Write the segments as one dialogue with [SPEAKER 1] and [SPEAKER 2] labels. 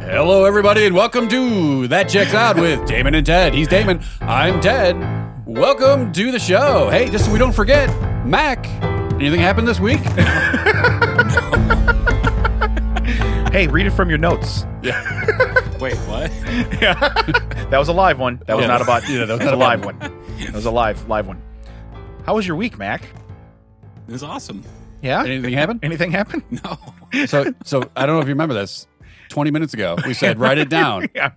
[SPEAKER 1] Hello, everybody, and welcome to That Checks Out with Damon and Ted. He's Damon. I'm Ted. Welcome to the show. Hey, just so we don't forget, Mac, anything happened this week?
[SPEAKER 2] Hey, read it from your notes.
[SPEAKER 1] yeah.
[SPEAKER 3] Wait, what?
[SPEAKER 2] That was a live one. That was
[SPEAKER 1] Yeah.
[SPEAKER 2] not about.
[SPEAKER 1] Yeah, that was
[SPEAKER 2] that was
[SPEAKER 1] not
[SPEAKER 2] a
[SPEAKER 1] a bot.
[SPEAKER 2] live one. That was a live live one. How was your week, Mac?
[SPEAKER 3] It was awesome.
[SPEAKER 2] Yeah.
[SPEAKER 1] Anything happened?
[SPEAKER 2] Anything happen?
[SPEAKER 3] No.
[SPEAKER 1] So, so I don't know if you remember this. 20 minutes ago, we said, write it down
[SPEAKER 2] Yeah.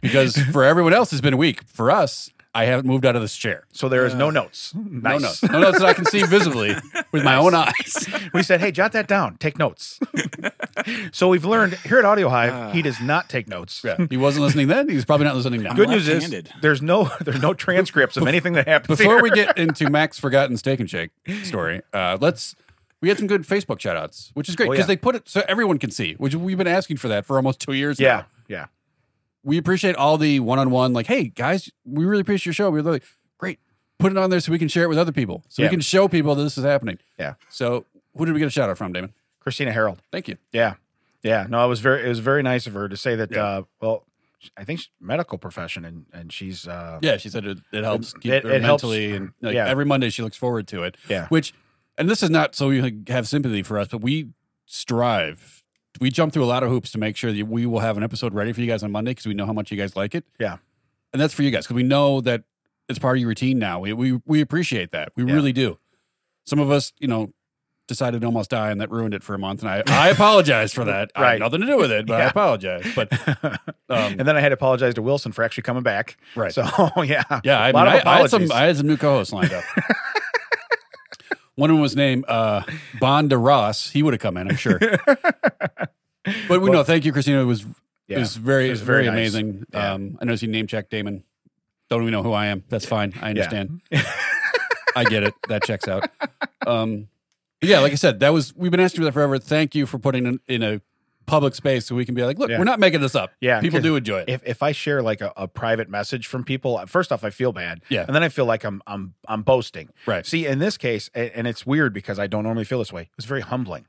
[SPEAKER 1] because for everyone else, it's been a week. For us, I haven't moved out of this chair.
[SPEAKER 2] So there is no notes. Nice.
[SPEAKER 1] Uh, No notes. No notes that I can see visibly with my own eyes.
[SPEAKER 2] we said, hey, jot that down. Take notes. so we've learned here at Audio Hive, he does not take notes.
[SPEAKER 1] Ah. Yeah. He wasn't listening then. He's probably not listening now.
[SPEAKER 2] Good news is
[SPEAKER 3] Left-handed.
[SPEAKER 2] there's no there's no transcripts of anything that happens.
[SPEAKER 1] Before
[SPEAKER 2] here.
[SPEAKER 1] we get into Mac's forgotten steak and shake story, uh, let's we had some good Facebook shout outs, which is great
[SPEAKER 2] Oh,
[SPEAKER 1] because
[SPEAKER 2] yeah.
[SPEAKER 1] they put it so everyone can see, which we've been asking for that for almost two years.
[SPEAKER 2] yeah
[SPEAKER 1] now.
[SPEAKER 2] yeah
[SPEAKER 1] we appreciate all the one on one, like, hey guys, we really appreciate your show. We really great. Put it on there so we can share it with other people, so
[SPEAKER 2] Yeah.
[SPEAKER 1] we can show people that this is happening.
[SPEAKER 2] yeah
[SPEAKER 1] So, who did we get a shout out from, Damon?
[SPEAKER 2] Christina Harold.
[SPEAKER 1] Thank you.
[SPEAKER 2] Yeah, yeah. No, it was very it was very nice of her to say that.
[SPEAKER 1] Yeah.
[SPEAKER 2] Uh, well, I think she's medical profession, and and she's uh,
[SPEAKER 1] Yeah, she said it, it helps keep
[SPEAKER 2] It-
[SPEAKER 1] her
[SPEAKER 2] it helps.
[SPEAKER 1] mentally, and like,
[SPEAKER 2] Yeah.
[SPEAKER 1] every Monday she looks forward to it.
[SPEAKER 2] Yeah.
[SPEAKER 1] which, and this is not so we like, have sympathy for us, but we strive. We jump through a lot of hoops to make sure that we will have an episode ready for you guys on Monday because we know how much you guys like it.
[SPEAKER 2] Yeah.
[SPEAKER 1] and that's for you guys because we know that it's part of your routine now. We we we appreciate that. We
[SPEAKER 2] Yeah.
[SPEAKER 1] really do. Some of us, you know. Decided to almost die, and that ruined it for a month. And I, I apologize for that. I had
[SPEAKER 2] Right.
[SPEAKER 1] nothing to do with it, but I
[SPEAKER 2] Yeah.
[SPEAKER 1] apologize. But um,
[SPEAKER 2] and then I had to apologize to Wilson for actually coming back.
[SPEAKER 1] Right.
[SPEAKER 2] So yeah,
[SPEAKER 1] Yeah, I,
[SPEAKER 2] A lot
[SPEAKER 1] mean,
[SPEAKER 2] of
[SPEAKER 1] I, I had some.
[SPEAKER 2] apologies.
[SPEAKER 1] I had some new co-hosts lined up. One of them was named uh, Bonda Ross. He would have come in, I'm sure. But we know. Thank you, Christina. It was
[SPEAKER 2] yeah.
[SPEAKER 1] it was very
[SPEAKER 2] was
[SPEAKER 1] very,
[SPEAKER 2] very nice.
[SPEAKER 1] amazing.
[SPEAKER 2] Yeah.
[SPEAKER 1] Um, I noticed you name checked Damon. Don't even know who I am. That's fine. I understand. I get it. That checks out. Um, but yeah, like I said, that was we've been asking for that forever. Thank you for putting in, in a public space so we can be like, look,
[SPEAKER 2] Yeah.
[SPEAKER 1] we're not making this up.
[SPEAKER 2] Yeah,
[SPEAKER 1] people
[SPEAKER 2] 'cause
[SPEAKER 1] do enjoy it.
[SPEAKER 2] if if I share like a, a private message from people, first off, I feel bad.
[SPEAKER 1] Yeah.
[SPEAKER 2] and then I feel like I'm I'm I'm boasting.
[SPEAKER 1] Right.
[SPEAKER 2] See, in this case, a- and it's weird because I don't normally feel this way. It was very humbling.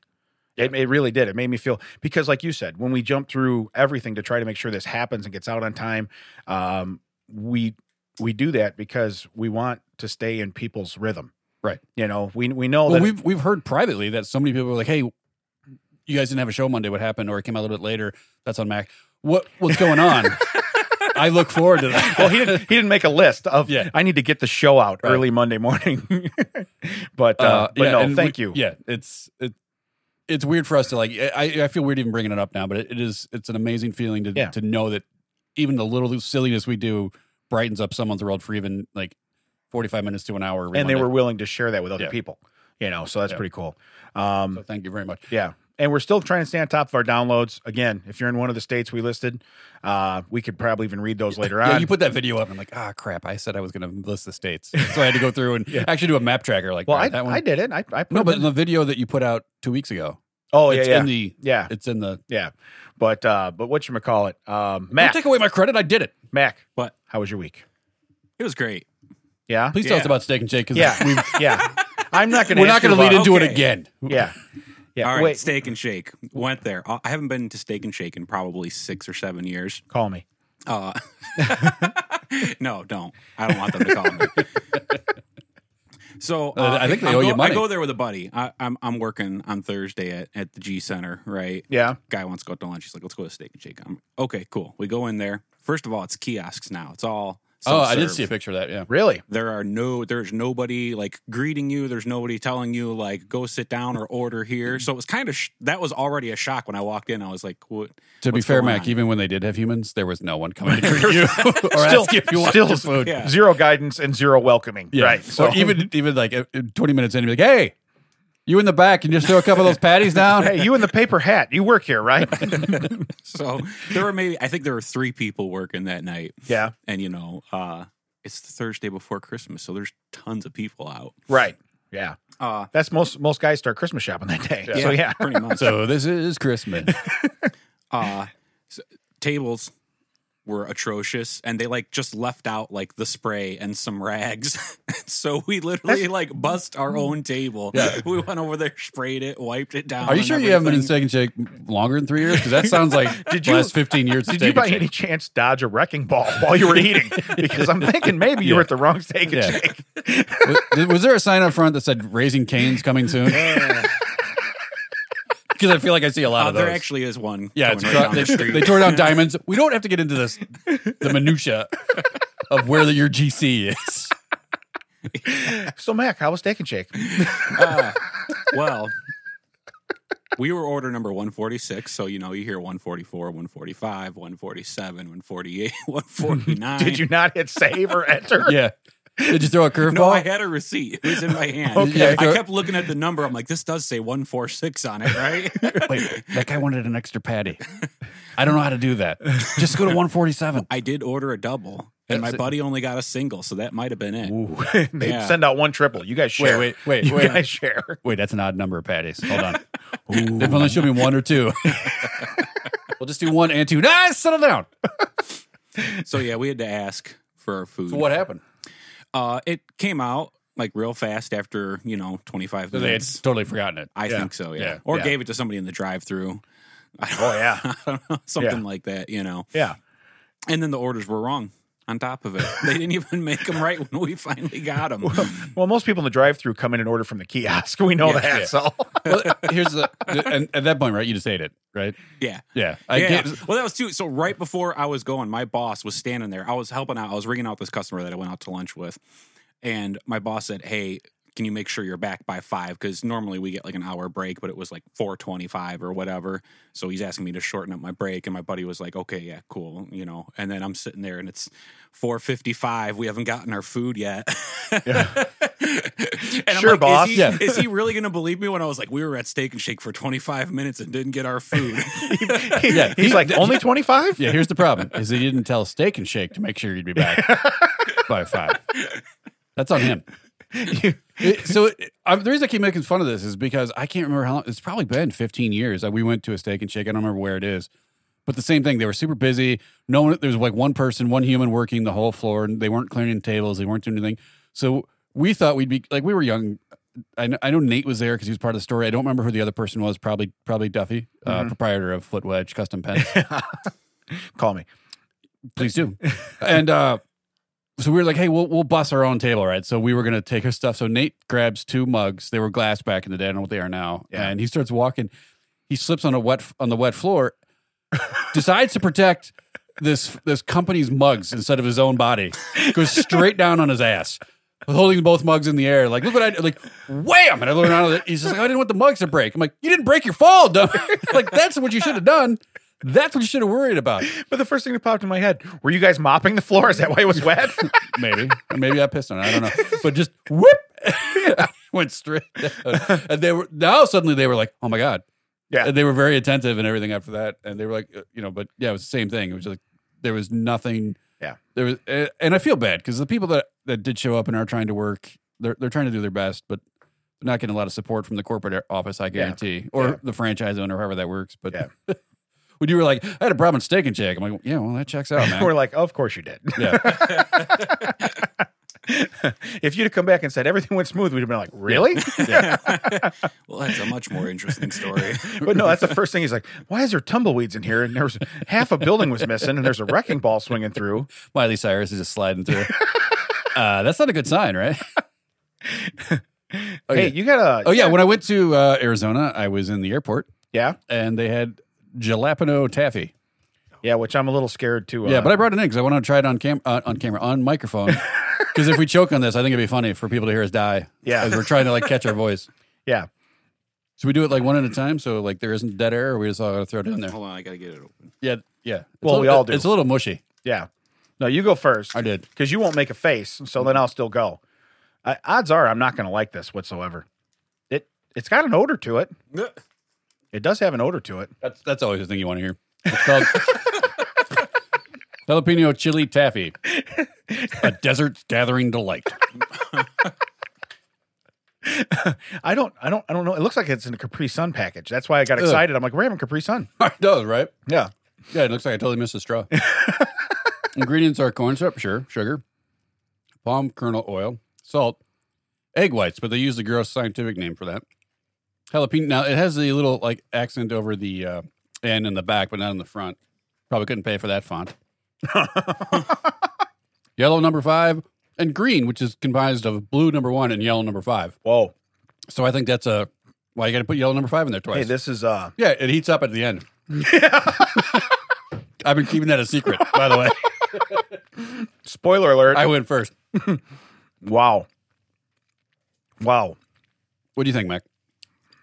[SPEAKER 2] It, it really did. It made me feel because, like you said, when we jump through everything to try to make sure this happens and gets out on time, um, we we do that because we want to stay in people's rhythm.
[SPEAKER 1] Right.
[SPEAKER 2] You know, we we know
[SPEAKER 1] well,
[SPEAKER 2] that
[SPEAKER 1] we've we've heard privately that so many people were like, "Hey, you guys didn't have a show Monday. What happened? Or it came out a little bit later. That's on Mac. What what's going on?" I look forward to that.
[SPEAKER 2] well, he didn't. He didn't make a list of.
[SPEAKER 1] Yeah.
[SPEAKER 2] I need to get the show out
[SPEAKER 1] Right.
[SPEAKER 2] early Monday morning. but uh,
[SPEAKER 1] Uh,
[SPEAKER 2] but
[SPEAKER 1] yeah,
[SPEAKER 2] no,
[SPEAKER 1] and
[SPEAKER 2] thank
[SPEAKER 1] we-
[SPEAKER 2] you.
[SPEAKER 1] Yeah, it's it, it's weird for us to like. I I feel weird even bringing it up now, but it, it is it's an amazing feeling to
[SPEAKER 2] Yeah.
[SPEAKER 1] to know that even the little silliness we do brightens up someone's world for even like forty five minutes to an hour. every
[SPEAKER 2] and they
[SPEAKER 1] Monday.
[SPEAKER 2] were willing to share that with other
[SPEAKER 1] Yeah.
[SPEAKER 2] people. You know, so that's
[SPEAKER 1] Yeah.
[SPEAKER 2] pretty cool. Um,
[SPEAKER 1] So thank you very much.
[SPEAKER 2] Yeah. And we're still trying to stay on top of our downloads. Again, if you're in one of the states we listed, uh, we could probably even read those later on.
[SPEAKER 1] Yeah, you put that video up. And I'm like, ah, crap! I said I was going to list the states, so I had to go through and actually do a map tracker. Like,
[SPEAKER 2] well,
[SPEAKER 1] all
[SPEAKER 2] I,
[SPEAKER 1] right, that one,
[SPEAKER 2] I did it. I, I put
[SPEAKER 1] No,
[SPEAKER 2] them
[SPEAKER 1] but
[SPEAKER 2] in.
[SPEAKER 1] in the video that you put out two weeks ago,
[SPEAKER 2] oh yeah,
[SPEAKER 1] it's
[SPEAKER 2] yeah,
[SPEAKER 1] in the
[SPEAKER 2] yeah,
[SPEAKER 1] it's in the
[SPEAKER 2] yeah. But uh, but what you call it, um, Mac?
[SPEAKER 1] Don't take away my credit. I did it.
[SPEAKER 2] Mac,
[SPEAKER 3] What?
[SPEAKER 2] how was your week?
[SPEAKER 3] It was great.
[SPEAKER 2] Yeah,
[SPEAKER 1] Please tell us
[SPEAKER 3] Yeah.
[SPEAKER 1] about steak and shake because
[SPEAKER 2] yeah,
[SPEAKER 1] we
[SPEAKER 2] yeah. I'm not going.
[SPEAKER 1] we're not going to lead
[SPEAKER 3] about-
[SPEAKER 1] into it
[SPEAKER 3] Okay.
[SPEAKER 1] again.
[SPEAKER 2] Yeah, yeah.
[SPEAKER 3] All right,
[SPEAKER 2] Wait,
[SPEAKER 3] Steak and Shake. Went there. I I haven't been to Steak and Shake in probably six or seven years.
[SPEAKER 2] call me.
[SPEAKER 3] Uh, no, don't. I don't want them to call me. So
[SPEAKER 1] Uh, I think they
[SPEAKER 3] I
[SPEAKER 1] owe
[SPEAKER 3] go,
[SPEAKER 1] you money.
[SPEAKER 3] I go there with a buddy. I, I'm I'm working on Thursday at, at the G Center, right?
[SPEAKER 2] Yeah,
[SPEAKER 3] guy wants to go out to lunch. He's like, let's go to Steak and Shake. I'm okay, cool. We go in there. First of all, it's kiosks now. It's all.
[SPEAKER 1] Oh, I did
[SPEAKER 3] self-serve.
[SPEAKER 1] see a picture of that. Yeah.
[SPEAKER 2] really?
[SPEAKER 3] There are no, there's nobody like greeting you. There's nobody telling you like go sit down or order here.
[SPEAKER 1] Mm-hmm.
[SPEAKER 3] So it was kind of sh- that was already a shock when I walked in. I was like, what?
[SPEAKER 1] To be
[SPEAKER 3] What's
[SPEAKER 1] fair,
[SPEAKER 3] going
[SPEAKER 1] Mac,
[SPEAKER 3] on?
[SPEAKER 1] even when they did have humans, there was no one coming to greet you or
[SPEAKER 2] Still-
[SPEAKER 1] ask if you want
[SPEAKER 2] still-
[SPEAKER 1] your food.
[SPEAKER 3] Yeah.
[SPEAKER 2] Zero guidance and zero welcoming.
[SPEAKER 1] Yeah.
[SPEAKER 2] Right. So
[SPEAKER 1] or even even like uh, uh, 20 minutes in, you'd be like, hey, you in the back, can you just throw a couple of those patties down?
[SPEAKER 2] hey, you in the paper hat? You work here, right?
[SPEAKER 3] So there were maybe I think there were three people working that night,
[SPEAKER 2] yeah.
[SPEAKER 3] and you know, uh, it's the Thursday before Christmas, so there's tons of people out.
[SPEAKER 2] Right. Yeah.
[SPEAKER 3] Uh,
[SPEAKER 2] That's most most guys start Christmas shopping that day.
[SPEAKER 1] Yeah.
[SPEAKER 2] So yeah.
[SPEAKER 3] pretty much.
[SPEAKER 1] So this is Christmas.
[SPEAKER 3] uh, s- tables were atrocious and they like just left out like the spray and some rags. so we literally like bust our own table. We went over there, sprayed it, wiped it down.
[SPEAKER 1] Are you
[SPEAKER 3] and
[SPEAKER 1] sure you haven't been in
[SPEAKER 3] everything.
[SPEAKER 1] Steak and Shake longer than three years? Because that sounds like
[SPEAKER 2] Did
[SPEAKER 1] the
[SPEAKER 2] you-
[SPEAKER 1] last 15 years of
[SPEAKER 2] Did
[SPEAKER 1] Steak
[SPEAKER 2] you by
[SPEAKER 1] and
[SPEAKER 2] any
[SPEAKER 1] Shake.
[SPEAKER 2] chance dodge a wrecking ball while you were eating? Because I'm thinking maybe you were at the wrong steak and
[SPEAKER 1] Yeah.
[SPEAKER 2] shake.
[SPEAKER 1] was, did- was there a sign up front that said Raising Cane's coming soon? Because I feel like I see a lot
[SPEAKER 3] Uh,
[SPEAKER 1] of those.
[SPEAKER 3] there actually is one.
[SPEAKER 1] yeah,
[SPEAKER 3] going
[SPEAKER 1] it's
[SPEAKER 3] right
[SPEAKER 1] cro-
[SPEAKER 3] down the
[SPEAKER 1] they,
[SPEAKER 3] street.
[SPEAKER 1] they tore down diamonds. We don't have to get into this, the minutia of where the, your GC is.
[SPEAKER 2] So Mac, how was steak and shake?
[SPEAKER 3] Uh, well, we were order number 146. So, you know, you hear 144, 145, 147, 148, 149.
[SPEAKER 2] Did you not hit save or enter?
[SPEAKER 1] Yeah. Did you throw a curveball?
[SPEAKER 3] No, I had a receipt. It was in my hand.
[SPEAKER 1] Okay.
[SPEAKER 3] I kept looking at the number. I'm like, this does say 146 on it, right?
[SPEAKER 1] Wait, that guy wanted an extra patty. I don't know how to do that. Just go to 147.
[SPEAKER 3] I did order a double, and my
[SPEAKER 1] That's it.
[SPEAKER 3] buddy only got a single. So that might have been it.
[SPEAKER 2] Ooh. they
[SPEAKER 3] Yeah.
[SPEAKER 2] send out one triple. You guys share.
[SPEAKER 1] Wait, wait, wait,
[SPEAKER 2] you
[SPEAKER 1] wait.
[SPEAKER 2] guys share.
[SPEAKER 1] Wait, that's an odd number of patties. Hold on. They've only shown me one or two. we'll just do one and two. Nah, settle down.
[SPEAKER 3] So yeah, we had to ask for our food.
[SPEAKER 1] So what happened?
[SPEAKER 3] Uh, it came out like real fast after you know 25
[SPEAKER 1] So they had
[SPEAKER 3] minutes.
[SPEAKER 1] totally forgotten it.
[SPEAKER 3] I
[SPEAKER 1] Yeah.
[SPEAKER 3] think so. Yeah,
[SPEAKER 1] Yeah.
[SPEAKER 3] or
[SPEAKER 1] Yeah.
[SPEAKER 3] gave it to somebody in the drive-through.
[SPEAKER 2] Oh yeah.
[SPEAKER 3] I don't know, something like that. You know,
[SPEAKER 2] Yeah.
[SPEAKER 3] and then the orders were wrong. On top of it, they didn't even make them right when we finally got them.
[SPEAKER 2] Well, most people in the drive through come in and order from the kiosk. We know
[SPEAKER 3] Yeah.
[SPEAKER 2] that.
[SPEAKER 1] Yeah.
[SPEAKER 2] So
[SPEAKER 1] Well, here's the and at that point, right? You just ate it, right?
[SPEAKER 3] yeah.
[SPEAKER 1] Yeah. I
[SPEAKER 3] yeah.
[SPEAKER 1] can't-
[SPEAKER 3] Well, that was too. So right before I was going, my boss was standing there. I was helping out. I was ringing out this customer that I went out to lunch with, and my boss said, "Hey, can you make sure you're back by five? Because normally we get like an hour break, but it was like four twenty-five or whatever. So he's asking me to shorten up my break, and my buddy was like, "Okay, yeah, cool," you know. And then I'm sitting there, and it's four fifty-five. We haven't gotten our food yet. And
[SPEAKER 2] Sure,
[SPEAKER 3] I'm like,
[SPEAKER 2] boss.
[SPEAKER 3] Is he,
[SPEAKER 1] Yeah.
[SPEAKER 3] is he really going to believe me when I was like, we were at Steak and Shake for 25 minutes and didn't get our food?
[SPEAKER 1] Yeah,
[SPEAKER 2] he's
[SPEAKER 1] he-
[SPEAKER 2] like, only twenty five?
[SPEAKER 1] yeah. Here's the problem: is he didn't tell Steak and Shake to make sure you'd be back by five. That's on him. It- so it, I, the reason I keep making fun of this is because I can't remember how long. It's probably been 15 years. that We went to a steak and shake. I don't remember where it is, but the same thing. They were super busy. No one. There was like one person, one human working the whole floor, and they weren't cleaning tables. They weren't doing anything. So we thought we'd be like we were young. I know, I know Nate was there because he was part of the story. I don't remember who the other person was. Probably probably Duffy, uh, proprietor of Foot Wedge Custom Pens.
[SPEAKER 2] Call me.
[SPEAKER 1] Please do. and uh, so we were like, hey, we'll we'll bus our own table, right? So we were gonna take our stuff. So Nate grabs two mugs. They were glass back in the day. I don't know what they are now.
[SPEAKER 2] Yeah.
[SPEAKER 1] And he starts walking. He slips on a wet on the wet floor. decides to protect this this company's mugs instead of his own body. Goes straight down on his ass. Holding both mugs in the air, like look what I did," like, wham! And I look around. He's just like, I didn't want the mugs to break. I'm like, you didn't break your fall, dumb. like that's what you should have done. That's what you should have worried about.
[SPEAKER 2] But the first thing that popped in my head, were you guys mopping the floor? Is that why it was wet?
[SPEAKER 1] maybe maybe I pissed on it. I don't know, but just whoop went straight. Down. And they were now suddenly they were like, oh my god,
[SPEAKER 2] Yeah.
[SPEAKER 1] And they were very attentive and everything after that, and they were like, uh, you know, but yeah, it was the same thing. It was like there was nothing.
[SPEAKER 2] Yeah.
[SPEAKER 1] there was, a- and I feel bad because the people that that did show up and are trying to work, they're they're trying to do their best, but. Not getting a lot of support from the corporate office, I guarantee, or
[SPEAKER 2] Yeah.
[SPEAKER 1] the franchise owner, however that works. But
[SPEAKER 2] Yeah.
[SPEAKER 1] when you were like, "I had a problem with steak and shake," I'm like, "Yeah, well, that checks out, man."
[SPEAKER 2] We're like, oh, of course you did.
[SPEAKER 1] yeah,
[SPEAKER 2] if you'd have come back and said everything went smooth, we'd have been like, really?
[SPEAKER 3] well, that's a much more interesting story.
[SPEAKER 2] But no, that's the first thing. He's like, why is there tumbleweeds in here? And there was half a building was missing, and there's a wrecking ball swinging through.
[SPEAKER 1] Miley Cyrus is just sliding through. uh, that's not a good sign, right? oh,
[SPEAKER 2] hey,
[SPEAKER 1] yeah.
[SPEAKER 2] you gotta.
[SPEAKER 1] oh yeah. When I went to uh, Arizona, I was in the airport
[SPEAKER 2] yeah,
[SPEAKER 1] and they had jalapeno taffy.
[SPEAKER 2] yeah. Which I'm a little scared to. Uh,
[SPEAKER 1] yeah, but I brought it in because I wanted to try it on cam- uh, on camera on microphone. Because if we choke on this, I think it'd be funny for people to hear us die.
[SPEAKER 2] Yeah.
[SPEAKER 1] as we're trying to like catch our voice.
[SPEAKER 2] yeah,
[SPEAKER 1] Should we do it like one at a time so like there isn't dead air? Or we just all gotta throw it in there.
[SPEAKER 3] Hold on, I gotta get it open.
[SPEAKER 1] Yeah, yeah. It's
[SPEAKER 2] Well,
[SPEAKER 1] a
[SPEAKER 2] we
[SPEAKER 1] little-
[SPEAKER 2] all do.
[SPEAKER 1] It's a little mushy.
[SPEAKER 2] yeah. No, you go first.
[SPEAKER 1] I did.
[SPEAKER 2] because you won't make a face, so then I'll still go. I, odds are I'm not going to like this whatsoever. It it's got an odor to it. It does have an odor to it.
[SPEAKER 1] That's that's always the thing you want to hear. It's called jalapeno chili taffy, a desert gathering delight.
[SPEAKER 2] I don't I don't I don't know. It looks like it's in a Capri Sun package. That's why I got excited. I'm like, we're having Capri Sun.
[SPEAKER 1] it does right.
[SPEAKER 2] Yeah.
[SPEAKER 1] Yeah, it looks like I totally missed a straw. Ingredients are corn syrup, sure, sugar, palm kernel oil, salt, egg whites, but they use the gross scientific name for that. Jalapeno. Now it has the little like accent over the uh, end in the back, but not in the front. Probably couldn't pay for that font. Yellow number five and green, which is comprised of blue number one and yellow number five.
[SPEAKER 2] Whoa.
[SPEAKER 1] So I think that's a why you got to put yellow number five in there twice.
[SPEAKER 2] Hey, this is uh
[SPEAKER 1] yeah, it heats up at the end. I've been keeping that a secret, by the way.
[SPEAKER 2] spoiler alert.
[SPEAKER 1] I went first.
[SPEAKER 2] wow. Wow.
[SPEAKER 1] What do you think, Mac?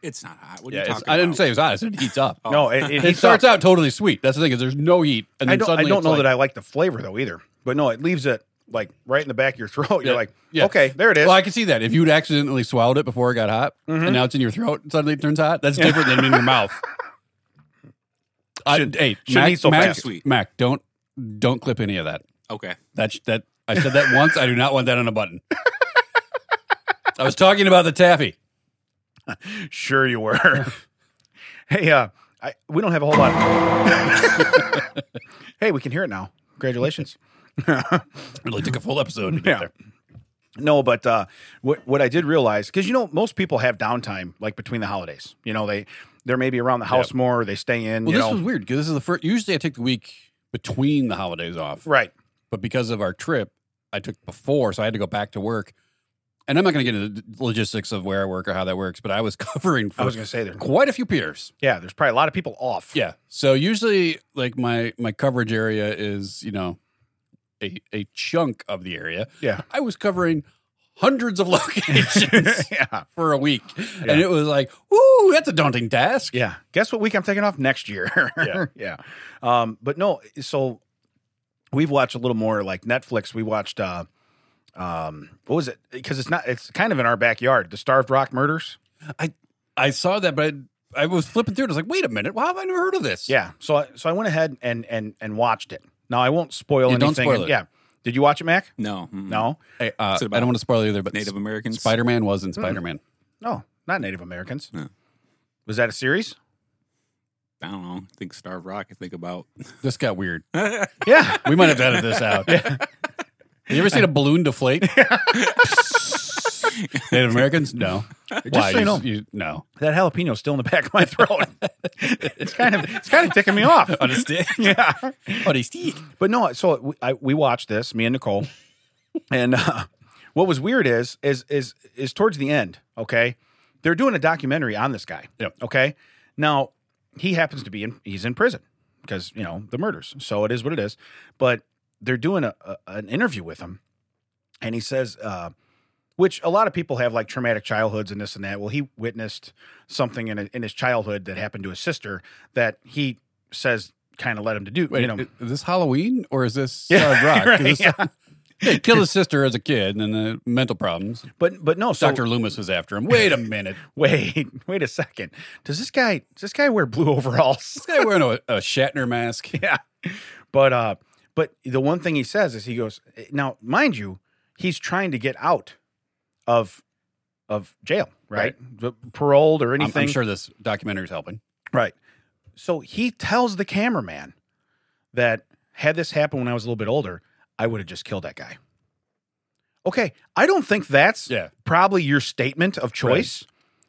[SPEAKER 3] It's not hot. What are
[SPEAKER 1] Yeah,
[SPEAKER 3] you
[SPEAKER 1] it's-
[SPEAKER 3] talking
[SPEAKER 1] I didn't
[SPEAKER 3] about?
[SPEAKER 1] say it was hot. I said it heats up.
[SPEAKER 3] Oh.
[SPEAKER 2] No, it, it,
[SPEAKER 1] It
[SPEAKER 2] heats
[SPEAKER 1] starts
[SPEAKER 2] up.
[SPEAKER 1] out totally sweet. That's the thing is there's no heat, and then
[SPEAKER 2] I don't, I
[SPEAKER 1] suddenly
[SPEAKER 2] don't
[SPEAKER 1] it's
[SPEAKER 2] know
[SPEAKER 1] like-
[SPEAKER 2] that I like the flavor though either. But no, it leaves it like right in the back of your throat.
[SPEAKER 1] Yeah.
[SPEAKER 2] You're like,
[SPEAKER 1] Yeah.
[SPEAKER 2] okay, there it is.
[SPEAKER 1] Well, I can see that if you'd accidentally swallowed it before it got hot,
[SPEAKER 2] Mm-hmm.
[SPEAKER 1] and now it's in your throat, and suddenly it turns hot. That's different than in your mouth. I, hey,
[SPEAKER 2] shouldn't
[SPEAKER 1] Mac,
[SPEAKER 2] eat so
[SPEAKER 1] Mac,
[SPEAKER 3] fast. Sweet.
[SPEAKER 1] Mac, don't don't clip any of that.
[SPEAKER 3] Oh, Okay.
[SPEAKER 1] That's that. I said that once. I do not want that on a button. I was talking about the taffy.
[SPEAKER 2] Sure you were. hey, uh, I, we don't have a whole lot. hey, we can hear it now. Congratulations.
[SPEAKER 1] Really took a full episode to get
[SPEAKER 2] Yeah.
[SPEAKER 1] there.
[SPEAKER 2] No, but uh, what what I did realize because you know most people have downtime like between the holidays. You know they they're maybe around the house more. They stay in.
[SPEAKER 1] Well,
[SPEAKER 2] you
[SPEAKER 1] this
[SPEAKER 2] know,
[SPEAKER 1] was weird because this is the first. Usually, I take the week between the holidays off,
[SPEAKER 2] right.
[SPEAKER 1] but because of our trip, I took before, so I had to go back to work. And I'm not going to get into the logistics of where I work or how that works, but I was covering for
[SPEAKER 2] I was gonna say there.
[SPEAKER 1] quite a few peers.
[SPEAKER 2] Yeah, there's probably a lot of people off.
[SPEAKER 1] Yeah. So usually, like my my coverage area is you know a a chunk of the area.
[SPEAKER 2] Yeah.
[SPEAKER 1] I was covering hundreds of locations
[SPEAKER 2] yeah,
[SPEAKER 1] for a week,
[SPEAKER 2] Yeah.
[SPEAKER 1] and it was like, ooh, that's a daunting task.
[SPEAKER 2] yeah. Guess what week I'm taking off next year?
[SPEAKER 1] Yeah.
[SPEAKER 2] yeah. Um, but no, so we've watched a little more like Netflix. We watched uh, um, what was it? Because it's not. It's kind of in our backyard. The Starved Rock Murders.
[SPEAKER 1] I saw that, but I, I was flipping through it. I was like, wait a minute, why have I never heard of this?
[SPEAKER 2] Yeah. So I, so I went ahead and and and watched it. Now I won't spoil
[SPEAKER 1] Yeah, don't
[SPEAKER 2] anything.
[SPEAKER 1] spoil it.
[SPEAKER 2] Yeah. Did you watch it, Mac?
[SPEAKER 3] No. Mm.
[SPEAKER 2] No.
[SPEAKER 1] Hey, uh,
[SPEAKER 3] Is it
[SPEAKER 1] I
[SPEAKER 3] about
[SPEAKER 1] don't want to spoil either, but
[SPEAKER 3] Native Americans.
[SPEAKER 1] Spider Man was
[SPEAKER 2] Mm-hmm.
[SPEAKER 1] in Spider Man.
[SPEAKER 2] No, not Native Americans.
[SPEAKER 3] No.
[SPEAKER 2] Was that a series?
[SPEAKER 3] I don't know. I think Starved Rock. I think about.
[SPEAKER 1] This got weird.
[SPEAKER 2] Yeah.
[SPEAKER 1] We might have to edit this out. You ever seen a balloon deflate? Native Americans? No. Why?
[SPEAKER 2] so you
[SPEAKER 1] You-
[SPEAKER 2] know.
[SPEAKER 1] you- no.
[SPEAKER 2] that jalapeno's still in the back of my throat. it's kind of it's kind of ticking me off.
[SPEAKER 1] On a stick?
[SPEAKER 2] yeah.
[SPEAKER 1] On a stick.
[SPEAKER 2] But no, so we, I, we watched this, me and Nicole, and uh, what was weird is is is is towards the end. Okay, they're doing a documentary on this guy.
[SPEAKER 1] Yep.
[SPEAKER 2] Okay, now he happens to be in he's in prison because you know the murders. So it is what it is. But they're doing a, a an interview with him, and he says. Uh, which a lot of people have like traumatic childhoods and this and that. Well, he witnessed something in, in his childhood that happened to his sister that he says kind of led him to do.
[SPEAKER 1] Wait,
[SPEAKER 2] you know,
[SPEAKER 1] is this Halloween or is this
[SPEAKER 2] Yeah,
[SPEAKER 1] Solid Rock? 'Cause
[SPEAKER 2] right,
[SPEAKER 1] this- He killed his sister as a kid and then the mental problems.
[SPEAKER 2] But but no, so
[SPEAKER 1] Dr. Loomis was after him. Wait a minute.
[SPEAKER 2] wait, wait a second. Does this guy does this guy wear blue overalls?
[SPEAKER 1] This guy wearing a, a Shatner mask.
[SPEAKER 2] yeah. But uh but the one thing he says is he goes now, mind you, he's trying to get out of of jail, right? The- Paroled or
[SPEAKER 1] I'm- I'm,
[SPEAKER 2] anything.
[SPEAKER 1] sure this documentary is helping.
[SPEAKER 2] Right. So he tells the cameraman that had this happened when I was a little bit older, I would have just killed that guy. Okay, I don't think that's
[SPEAKER 1] Yeah.
[SPEAKER 2] probably your statement of choice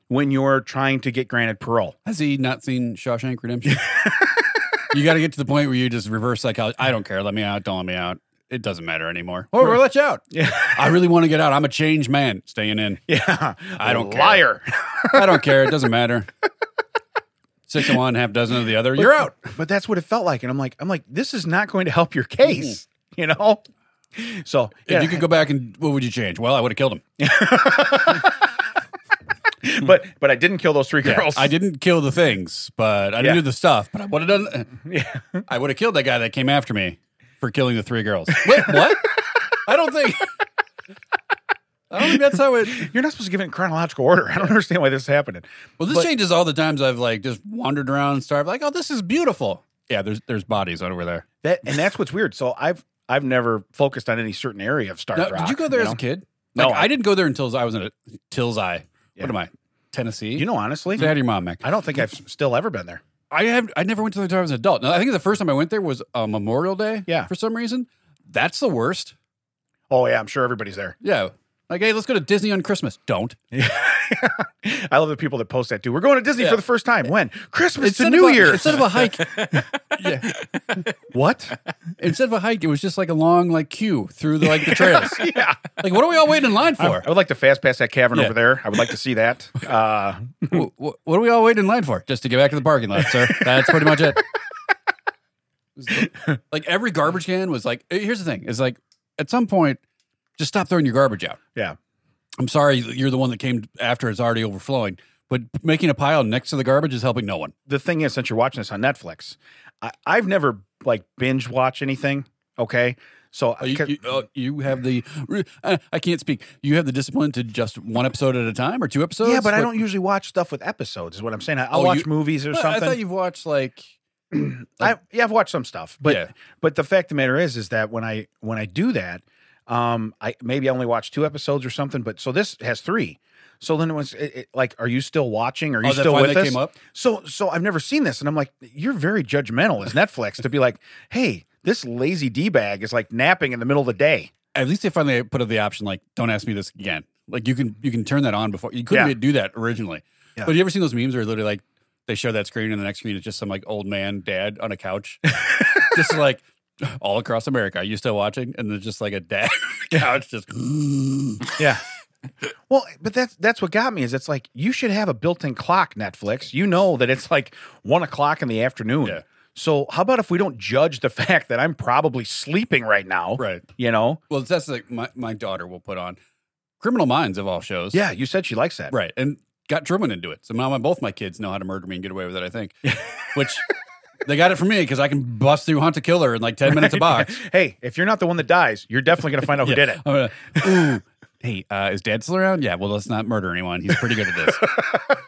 [SPEAKER 2] when you're trying to get granted parole.
[SPEAKER 1] Has he not seen Shawshank Redemption? you got to get to the point where you just reverse psychology. I don't care. Let me out. Don't let me out. It doesn't matter anymore. Or we'll Oh, let you out.
[SPEAKER 2] Yeah.
[SPEAKER 1] I really want to get out. I'm a changed man. Staying in.
[SPEAKER 2] Yeah,
[SPEAKER 1] I don't care.
[SPEAKER 2] liar.
[SPEAKER 1] I don't care. It doesn't matter. Six of one, half dozen of the other. You're out.
[SPEAKER 2] But that's what it felt like, and I'm like, I'm like, this is not going to help your case, you know. So
[SPEAKER 1] Mm. If you could go back and what would you change? Well, I would have killed him.
[SPEAKER 2] but but I didn't kill those three girls.
[SPEAKER 1] I didn't kill the things, but I didn't
[SPEAKER 2] Yeah.
[SPEAKER 1] do the stuff. But I would have done.
[SPEAKER 2] Yeah.
[SPEAKER 1] I would have killed that guy that came after me for killing the three girls. Wait, what? I don't think. I don't think that's how it.
[SPEAKER 2] You're not supposed to give it in chronological order. I don't understand why this is happening.
[SPEAKER 1] Well, this
[SPEAKER 2] But-
[SPEAKER 1] changes all the times I've like just wandered around and starved. Like, oh, this is beautiful. Yeah, there's there's bodies over there.
[SPEAKER 2] That and that's what's weird. So I've I've never focused on any certain area of Star
[SPEAKER 1] Now,
[SPEAKER 2] Rock.
[SPEAKER 1] did you go there
[SPEAKER 2] you
[SPEAKER 1] as
[SPEAKER 2] know?
[SPEAKER 1] a kid?
[SPEAKER 2] No,
[SPEAKER 1] Like,
[SPEAKER 2] I-
[SPEAKER 1] I, didn't go there until I was in a tills I.
[SPEAKER 2] Yeah.
[SPEAKER 1] What am I? Tennessee.
[SPEAKER 2] You know, honestly,
[SPEAKER 1] Say hi to your mom, Mac.
[SPEAKER 2] I don't think I've still ever been there.
[SPEAKER 1] I have I never went to the until I was an adult. Now I think the first time I went there was uh, Memorial Day.
[SPEAKER 2] Yeah.
[SPEAKER 1] For some reason, That's the worst.
[SPEAKER 2] Oh yeah, I'm sure everybody's there.
[SPEAKER 1] Yeah. Like, hey, let's go to Disney on Christmas. Don't.
[SPEAKER 2] I love the people that post that too. We're going to Disney
[SPEAKER 1] Yeah.
[SPEAKER 2] for the first time. When Christmas to
[SPEAKER 1] of
[SPEAKER 2] New
[SPEAKER 1] a,
[SPEAKER 2] Year.
[SPEAKER 1] Instead of a hike. yeah.
[SPEAKER 2] what?
[SPEAKER 1] Instead of a hike, it was just like a long like queue through the like the trails.
[SPEAKER 2] yeah,
[SPEAKER 1] Like, what are we all waiting in line for?
[SPEAKER 2] I would like to fast pass that cavern
[SPEAKER 1] Yeah.
[SPEAKER 2] over there. I would like to see that. Uh,
[SPEAKER 1] Wh- wh- what are we all waiting in line for? Just to get back to the parking lot, sir. That's pretty much it. like every garbage can was like. eh, Here's the thing: is like at some point, just stop throwing your garbage out.
[SPEAKER 2] Yeah.
[SPEAKER 1] I'm sorry, that you're the one that came after it's already overflowing. But making a pile next to the garbage is helping no one.
[SPEAKER 2] the thing is, since you're watching this on Netflix, I, I've never like binge watch anything. Okay, so
[SPEAKER 1] Uh, You,
[SPEAKER 2] 'cause-
[SPEAKER 1] you, uh, you have the. I, I can't speak. You have the discipline to just one episode at a time or two episodes.
[SPEAKER 2] yeah, but I
[SPEAKER 1] What-
[SPEAKER 2] don't usually watch stuff with episodes. Is what I'm saying. I- I'll
[SPEAKER 1] Oh,
[SPEAKER 2] watch
[SPEAKER 1] you-
[SPEAKER 2] movies or
[SPEAKER 1] I- I
[SPEAKER 2] something.
[SPEAKER 1] thought you've watched like.
[SPEAKER 2] I, yeah, I've watched some stuff, but
[SPEAKER 1] Yeah.
[SPEAKER 2] but the fact of the matter is, is that when I when I do that, um, I maybe I only watch two episodes or something. But so this has three. So then it was it, it- like, are you still watching? Are you
[SPEAKER 1] Oh, that
[SPEAKER 2] still
[SPEAKER 1] finally
[SPEAKER 2] with us?
[SPEAKER 1] came up?
[SPEAKER 2] So so I've never seen this, and I'm like, you're very judgmental as Netflix to be like, hey, this lazy d bag is like napping in the middle of the day.
[SPEAKER 1] At least they finally put up the option like, don't ask me this again. Like you can you can turn that on before you couldn't
[SPEAKER 2] Yeah.
[SPEAKER 1] do that originally.
[SPEAKER 2] Yeah.
[SPEAKER 1] But you ever seen those memes where literally like they show that screen and the next screen is just some like old man dad on a couch, just like all across America. Are you still watching? And there's just like a dad on the couch just.
[SPEAKER 2] Yeah. Well, but that's that's what got me is it's like you should have a built-in clock, Netflix. You know that it's like one o'clock in the afternoon.
[SPEAKER 1] Yeah.
[SPEAKER 2] So how about if we don't judge the fact that I'm probably sleeping right now?
[SPEAKER 1] Right.
[SPEAKER 2] You know?
[SPEAKER 1] Well, that's like my, my daughter will put on Criminal Minds of all shows.
[SPEAKER 2] Yeah, you said she likes that.
[SPEAKER 1] Right. And got Truman into it. So now my, both my kids know how to murder me and get away with it, I think. Which they got it from me because I can bust through Hunt a Killer in like 10 minutes a box.
[SPEAKER 2] Hey, if you're not the one that dies, you're definitely gonna find out who did it.
[SPEAKER 1] I'm gonna, ooh, hey, uh, is Dad still around? Yeah, well, let's not murder anyone. He's pretty good at this.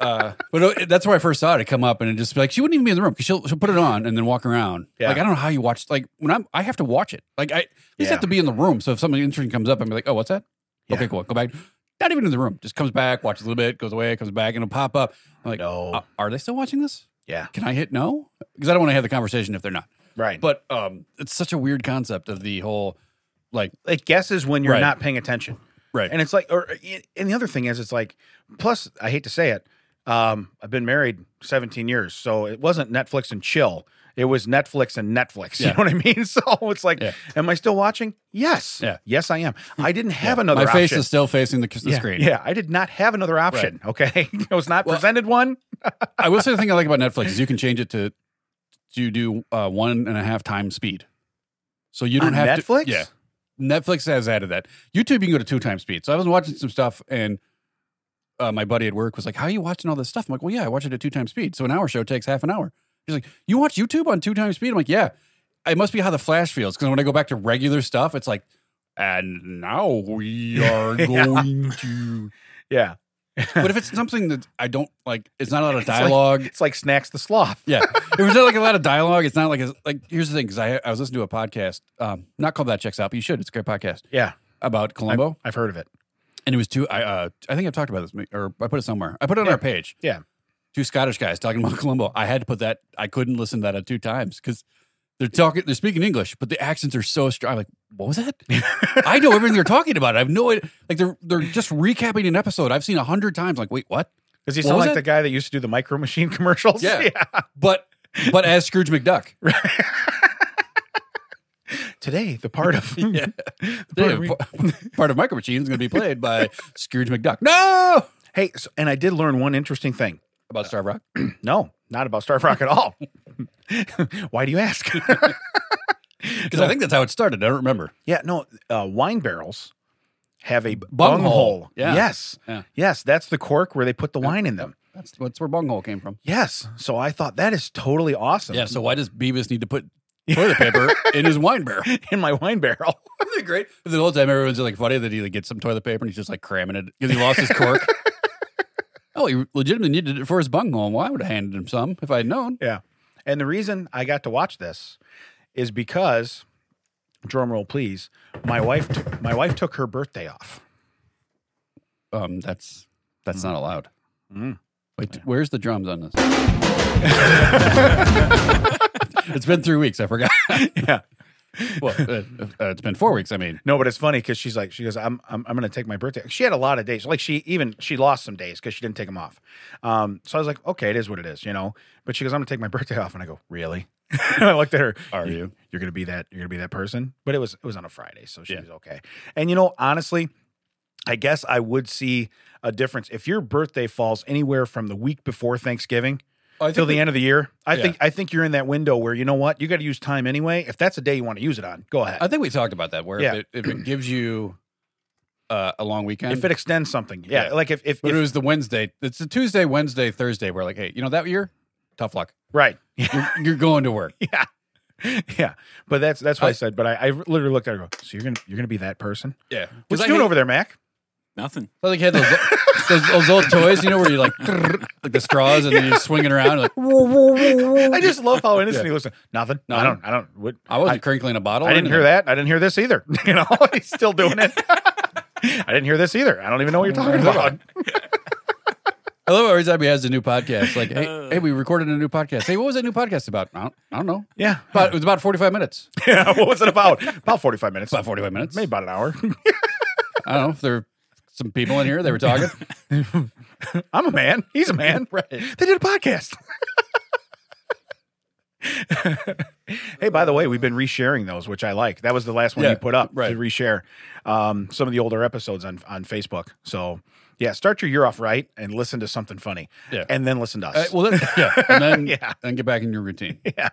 [SPEAKER 1] uh, but uh, that's where I first saw it. It come up and it just be like she wouldn't even be in the room because she'll she'll put it on and then walk around.
[SPEAKER 2] Yeah.
[SPEAKER 1] Like I don't know how you watch. Like when I'm, I have to watch it. Like I at least
[SPEAKER 2] Yeah.
[SPEAKER 1] have to be in the room. So if something interesting comes up, I'm like, oh, what's that?
[SPEAKER 2] Yeah.
[SPEAKER 1] Okay, cool. Go back. Not even in the room. Just comes back, watches a little bit, goes away, comes back, and it'll pop up. I'm like,
[SPEAKER 2] No.
[SPEAKER 1] uh, are they still watching this?
[SPEAKER 2] Yeah.
[SPEAKER 1] Can I hit no? Because I don't want to have the conversation if they're not.
[SPEAKER 2] Right. But
[SPEAKER 1] But um, it's such a weird concept of the whole, like,
[SPEAKER 2] it guesses when you're
[SPEAKER 1] Right.
[SPEAKER 2] not paying attention.
[SPEAKER 1] right.
[SPEAKER 2] And it's like, or and the other thing is, it's like, plus, I hate to say it, um, I've been married 17 years, so it wasn't Netflix and chill. It was Netflix and Netflix.
[SPEAKER 1] Yeah.
[SPEAKER 2] You know what I mean? So it's like,
[SPEAKER 1] Yeah.
[SPEAKER 2] am I still watching? Yes.
[SPEAKER 1] Yeah.
[SPEAKER 2] Yes, I am. I didn't have another
[SPEAKER 1] My
[SPEAKER 2] option.
[SPEAKER 1] face is still facing the, the
[SPEAKER 2] yeah,
[SPEAKER 1] screen.
[SPEAKER 2] yeah, I did not have another option. Okay. I was not
[SPEAKER 1] Well-
[SPEAKER 2] presented one.
[SPEAKER 1] I will say the thing I like about Netflix is you can change it to you do uh, one and a half times speed. So you don't
[SPEAKER 2] On
[SPEAKER 1] have
[SPEAKER 2] Netflix?
[SPEAKER 1] To, yeah, Netflix has added that. YouTube you can go to two times speed. So I was watching some stuff and uh, my buddy at work was like, "How are you watching all this stuff?" I'm like, "Well, yeah, I watch it at two times speed. So an hour show takes half an hour." He's like, "You watch YouTube on two times speed?" I'm like, "Yeah." It must be how the Flash feels because when I go back to regular stuff, it's like, and now we are
[SPEAKER 2] Yeah.
[SPEAKER 1] going to.
[SPEAKER 2] Yeah.
[SPEAKER 1] But if it's something that I don't like, it's not a lot of
[SPEAKER 2] It's like-
[SPEAKER 1] dialogue.
[SPEAKER 2] It's like snacks the sloth.
[SPEAKER 1] Yeah, it was like a lot of dialogue. It's not like it's like here's the thing because I I was listening to a podcast, um, not called that checks out, but you should. It's a great podcast
[SPEAKER 2] Yeah.
[SPEAKER 1] about Colombo,
[SPEAKER 2] I've heard of it.
[SPEAKER 1] and it was two. I uh, I think I've talked about this or I put it somewhere. I put it on
[SPEAKER 2] Yeah.
[SPEAKER 1] our page.
[SPEAKER 2] Yeah.
[SPEAKER 1] two Scottish guys talking about Colombo. I had to put that. I couldn't listen to that at two times because they're talking. They're speaking English, but the accents are so strong. I'm like, what was that? I know everything they're talking about. I have no idea. Like they're they're just recapping an episode I've seen a hundred times. Like, wait, what?
[SPEAKER 2] Does he
[SPEAKER 1] What
[SPEAKER 2] sound
[SPEAKER 1] was
[SPEAKER 2] like
[SPEAKER 1] it?
[SPEAKER 2] the guy that used to do the micro machine commercials?
[SPEAKER 1] Yeah. But but as Scrooge McDuck.
[SPEAKER 2] Today, the part of
[SPEAKER 1] Yeah.
[SPEAKER 2] the part of-
[SPEAKER 1] Yeah, p- part of Micro Machines is going to be played by Scrooge McDuck. No,
[SPEAKER 2] Hey, so, and I did learn one interesting thing.
[SPEAKER 1] about Star Rock.
[SPEAKER 2] No, not about Star Rock at all. Why do you ask?
[SPEAKER 1] Because I think that's how it started. I don't remember.
[SPEAKER 2] yeah, no, uh, wine barrels have a
[SPEAKER 1] Bunghole.
[SPEAKER 2] bunghole.
[SPEAKER 1] Yeah.
[SPEAKER 2] Yes.
[SPEAKER 1] Yeah.
[SPEAKER 2] Yes, that's the cork where they put the wine in them.
[SPEAKER 1] That's that's where bunghole came from.
[SPEAKER 2] Yes. So I thought that is totally awesome.
[SPEAKER 1] Yeah. So why does Beavis need to put toilet paper in his wine barrel?
[SPEAKER 2] In my wine barrel.
[SPEAKER 1] Isn't it great? The whole time everyone's like funny that he like, gets some toilet paper and he's just like cramming it because he lost his cork. oh, he legitimately needed it for his bunghole. Well, I would have handed him some if I had known.
[SPEAKER 2] yeah. And the reason I got to watch this is because drum roll please, my wife t- my wife took her birthday off.
[SPEAKER 1] Um, that's that's not allowed.
[SPEAKER 2] Mm.
[SPEAKER 1] Wait, where's the drums on this? it's been three weeks. I forgot.
[SPEAKER 2] Yeah.
[SPEAKER 1] Well, uh, uh, it's been four weeks. I mean,
[SPEAKER 2] No, but it's funny because she's like, she goes, I'm, I'm, I'm going to take my birthday. She had a lot of days. Like she even, she lost some days because she didn't take them off. Um, so I was like, okay, it is what it is, you know. But she goes, I'm going to take my birthday off, and I go, really? and I looked at her.
[SPEAKER 1] Are you?
[SPEAKER 2] You're going to be that. You're going to be that person. But it was, it was on a Friday, so she
[SPEAKER 1] Yeah.
[SPEAKER 2] was okay. And you know, honestly, I guess I would see a difference if your birthday falls anywhere from the week before Thanksgiving
[SPEAKER 1] I
[SPEAKER 2] till the end of the year. I
[SPEAKER 1] Yeah.
[SPEAKER 2] think, I think you're in that window where you know what, you got to use time anyway. If that's a day you want to use it on, go ahead.
[SPEAKER 1] I think we talked about that. Where
[SPEAKER 2] Yeah.
[SPEAKER 1] if, it, if it gives you uh, a long weekend,
[SPEAKER 2] if it extends something, yeah,
[SPEAKER 1] Yeah.
[SPEAKER 2] like if if,
[SPEAKER 1] but
[SPEAKER 2] if
[SPEAKER 1] it was the Wednesday. It's the Tuesday, Wednesday, Thursday. We're like, hey, you know that year, tough luck.
[SPEAKER 2] right,
[SPEAKER 1] You're, you're going to work.
[SPEAKER 2] yeah, yeah. But that's that's what I,
[SPEAKER 1] I-
[SPEAKER 2] said. But I, I literally looked at her. and go, So you're gonna you're gonna be that person?
[SPEAKER 1] Yeah.
[SPEAKER 2] What you doing over there, Mac?
[SPEAKER 3] Nothing.
[SPEAKER 1] I like had those, those, those old toys, you know, where you like like the straws and then you're swinging around. Like
[SPEAKER 2] I just love how innocent he looks. Nothing. No, I
[SPEAKER 1] oh, Nothing. Oh,
[SPEAKER 2] don't. I don't. What,
[SPEAKER 1] I wasn't crinkling a bottle.
[SPEAKER 2] I didn't hear that. I didn't hear this either. You know, he's still doing it. I didn't hear this either. I don't even know what you're talking about.
[SPEAKER 1] I love how every time he has a new podcast. Like, hey, hey, we recorded a new podcast. Hey, what was that new podcast about? I don't, I don't know.
[SPEAKER 2] Yeah.
[SPEAKER 1] But it was about 45 minutes.
[SPEAKER 2] yeah. What was it about? About 45 minutes.
[SPEAKER 1] About 45 minutes.
[SPEAKER 2] Maybe about an hour.
[SPEAKER 1] I don't know if there were some people in here. They were talking.
[SPEAKER 2] I'm a man. He's a man. right. They did a podcast. hey, by the way, we've been resharing those, which I like. That was the last one
[SPEAKER 1] Yeah,
[SPEAKER 2] you put up
[SPEAKER 1] right.
[SPEAKER 2] to reshare um, some of the older episodes on on Facebook. So yeah, start your year off right and listen to something funny,
[SPEAKER 1] Yeah.
[SPEAKER 2] and then listen to us.
[SPEAKER 1] Uh, well, that, yeah. And then,
[SPEAKER 2] Yeah.
[SPEAKER 1] then get back in your routine.
[SPEAKER 2] Yeah.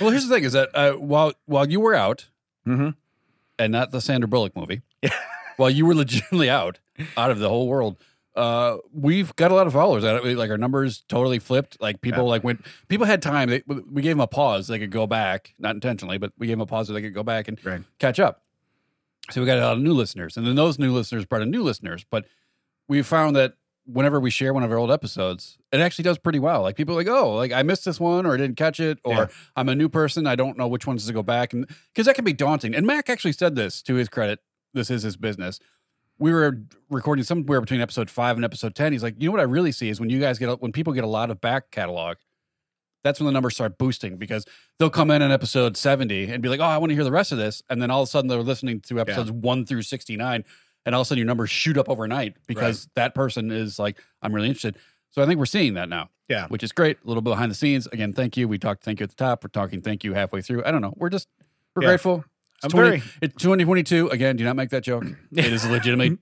[SPEAKER 1] Well, here's the thing is that uh, while, while you were out,
[SPEAKER 2] Mhm.
[SPEAKER 1] and not the Sandra Bullock movie, while you were legitimately out, out of the whole world, uh, we've got a lot of followers. I don't- Like our numbers totally flipped. Like people like when people had time, they, we gave them a pause. They could go back, not intentionally, but we gave them a pause so they could go back and
[SPEAKER 2] Right.
[SPEAKER 1] catch up. So we got a lot of new listeners, and then those new listeners brought in new listeners. But we found that whenever we share one of our old episodes, it actually does pretty well. Like people are like, oh, like I missed this one or I didn't catch it, or
[SPEAKER 2] Yeah.
[SPEAKER 1] I'm a new person, I don't know which ones to go back, and because that can be daunting. And Mac actually said this to his credit. This is his business. We were recording somewhere between episode five and episode ten. He's like, you know what I really see is when you guys get a- when people get a lot of back catalog, that's when the numbers start boosting because they'll come in on episode 70 and be like, oh, I want to hear the rest of this. And then all of a sudden they're listening to episodes one through 69. And all of a sudden your numbers shoot up overnight because that person is like, I'm really interested. So I think we're seeing that now.
[SPEAKER 2] Yeah.
[SPEAKER 1] Which is great. A little bit behind the scenes. Again, thank you. We talked thank you at the top. We're talking thank you halfway through. I don't know. We're just, we're
[SPEAKER 2] Yeah.
[SPEAKER 1] grateful. It's
[SPEAKER 2] I'm
[SPEAKER 1] 20
[SPEAKER 2] very-
[SPEAKER 1] It's 2022. Again, do not make that joke. it is legitimately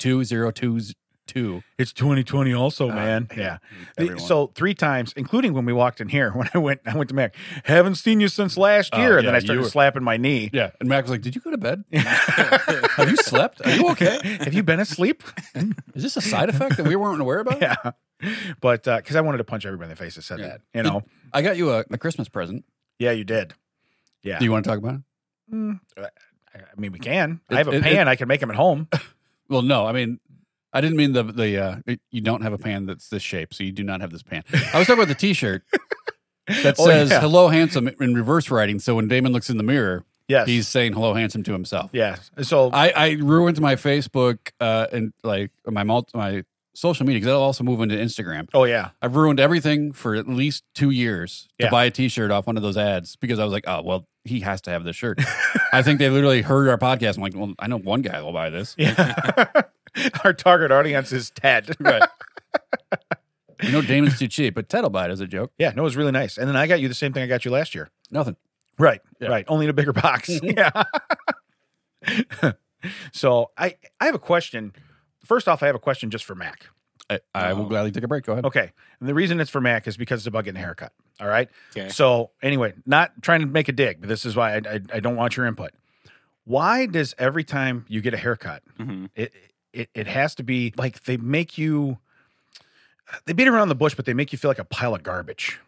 [SPEAKER 1] 2022.
[SPEAKER 2] It's 2020 also, man.
[SPEAKER 1] I hate
[SPEAKER 2] Uh, Yeah. The-
[SPEAKER 1] everyone.
[SPEAKER 2] so three times, including when we walked in here, when I went, I went to Mac, haven't seen you since last
[SPEAKER 1] Oh,
[SPEAKER 2] year. and then
[SPEAKER 1] yeah,
[SPEAKER 2] I
[SPEAKER 1] you
[SPEAKER 2] started
[SPEAKER 1] were-
[SPEAKER 2] slapping my knee.
[SPEAKER 1] Yeah. And Mac was like, did you go to bed? Have you slept? Are you okay?
[SPEAKER 2] Have you been asleep?
[SPEAKER 1] Is this a side effect that we weren't aware about?
[SPEAKER 2] yeah. But because I wanted to punch everybody in the face that said
[SPEAKER 1] Yeah.
[SPEAKER 2] that, you know.
[SPEAKER 1] I got you a, a Christmas present.
[SPEAKER 2] Yeah, you did. Yeah.
[SPEAKER 1] Do you want to talk about it?
[SPEAKER 2] Mm, I I mean, we can.
[SPEAKER 1] It-
[SPEAKER 2] I have a
[SPEAKER 1] it-
[SPEAKER 2] pan. I can make them at home.
[SPEAKER 1] Well, no. I mean, I didn't mean the the uh, it- you don't have a pan that's this shape, so you do not have this pan. I was talking about the T-shirt that
[SPEAKER 2] Oh,
[SPEAKER 1] says
[SPEAKER 2] yeah.
[SPEAKER 1] "Hello, handsome" in reverse writing. So when Damon looks in the mirror,
[SPEAKER 2] Yes.
[SPEAKER 1] he's saying "Hello, handsome" to himself.
[SPEAKER 2] yes. So
[SPEAKER 1] I, I ruined my Facebook uh, and like my mul- my social media because that'll also move into Instagram.
[SPEAKER 2] oh yeah.
[SPEAKER 1] I've ruined everything for at least two years to
[SPEAKER 2] Yeah.
[SPEAKER 1] buy a T-shirt off one of those ads because I was like, oh well, he has to have this shirt. I think they literally heard our podcast. I'm like, well, I know one guy will buy this.
[SPEAKER 2] Yeah. Our target audience is Ted.
[SPEAKER 1] Right. you know, Damon's too cheap, but Ted'll buy it as a joke.
[SPEAKER 2] Yeah, no, it was really nice. And then I got you the same thing I got you last year.
[SPEAKER 1] Nothing.
[SPEAKER 2] Right,
[SPEAKER 1] Yeah.
[SPEAKER 2] right. Only in a bigger box. yeah. so I I have a question. First off, I have a question just for Mac.
[SPEAKER 1] I, I will
[SPEAKER 3] Oh.
[SPEAKER 1] gladly take a break. Go ahead.
[SPEAKER 2] Okay. And the reason it's for Mac is because it's about getting a haircut. All right.
[SPEAKER 3] Okay.
[SPEAKER 2] So anyway, not trying to make a dig, but this is why I I, I don't want your input. Why does every time you get a haircut,
[SPEAKER 3] Mhm.
[SPEAKER 2] it it it has to be like they make you they beat around the bush, but they make you feel like a pile of garbage.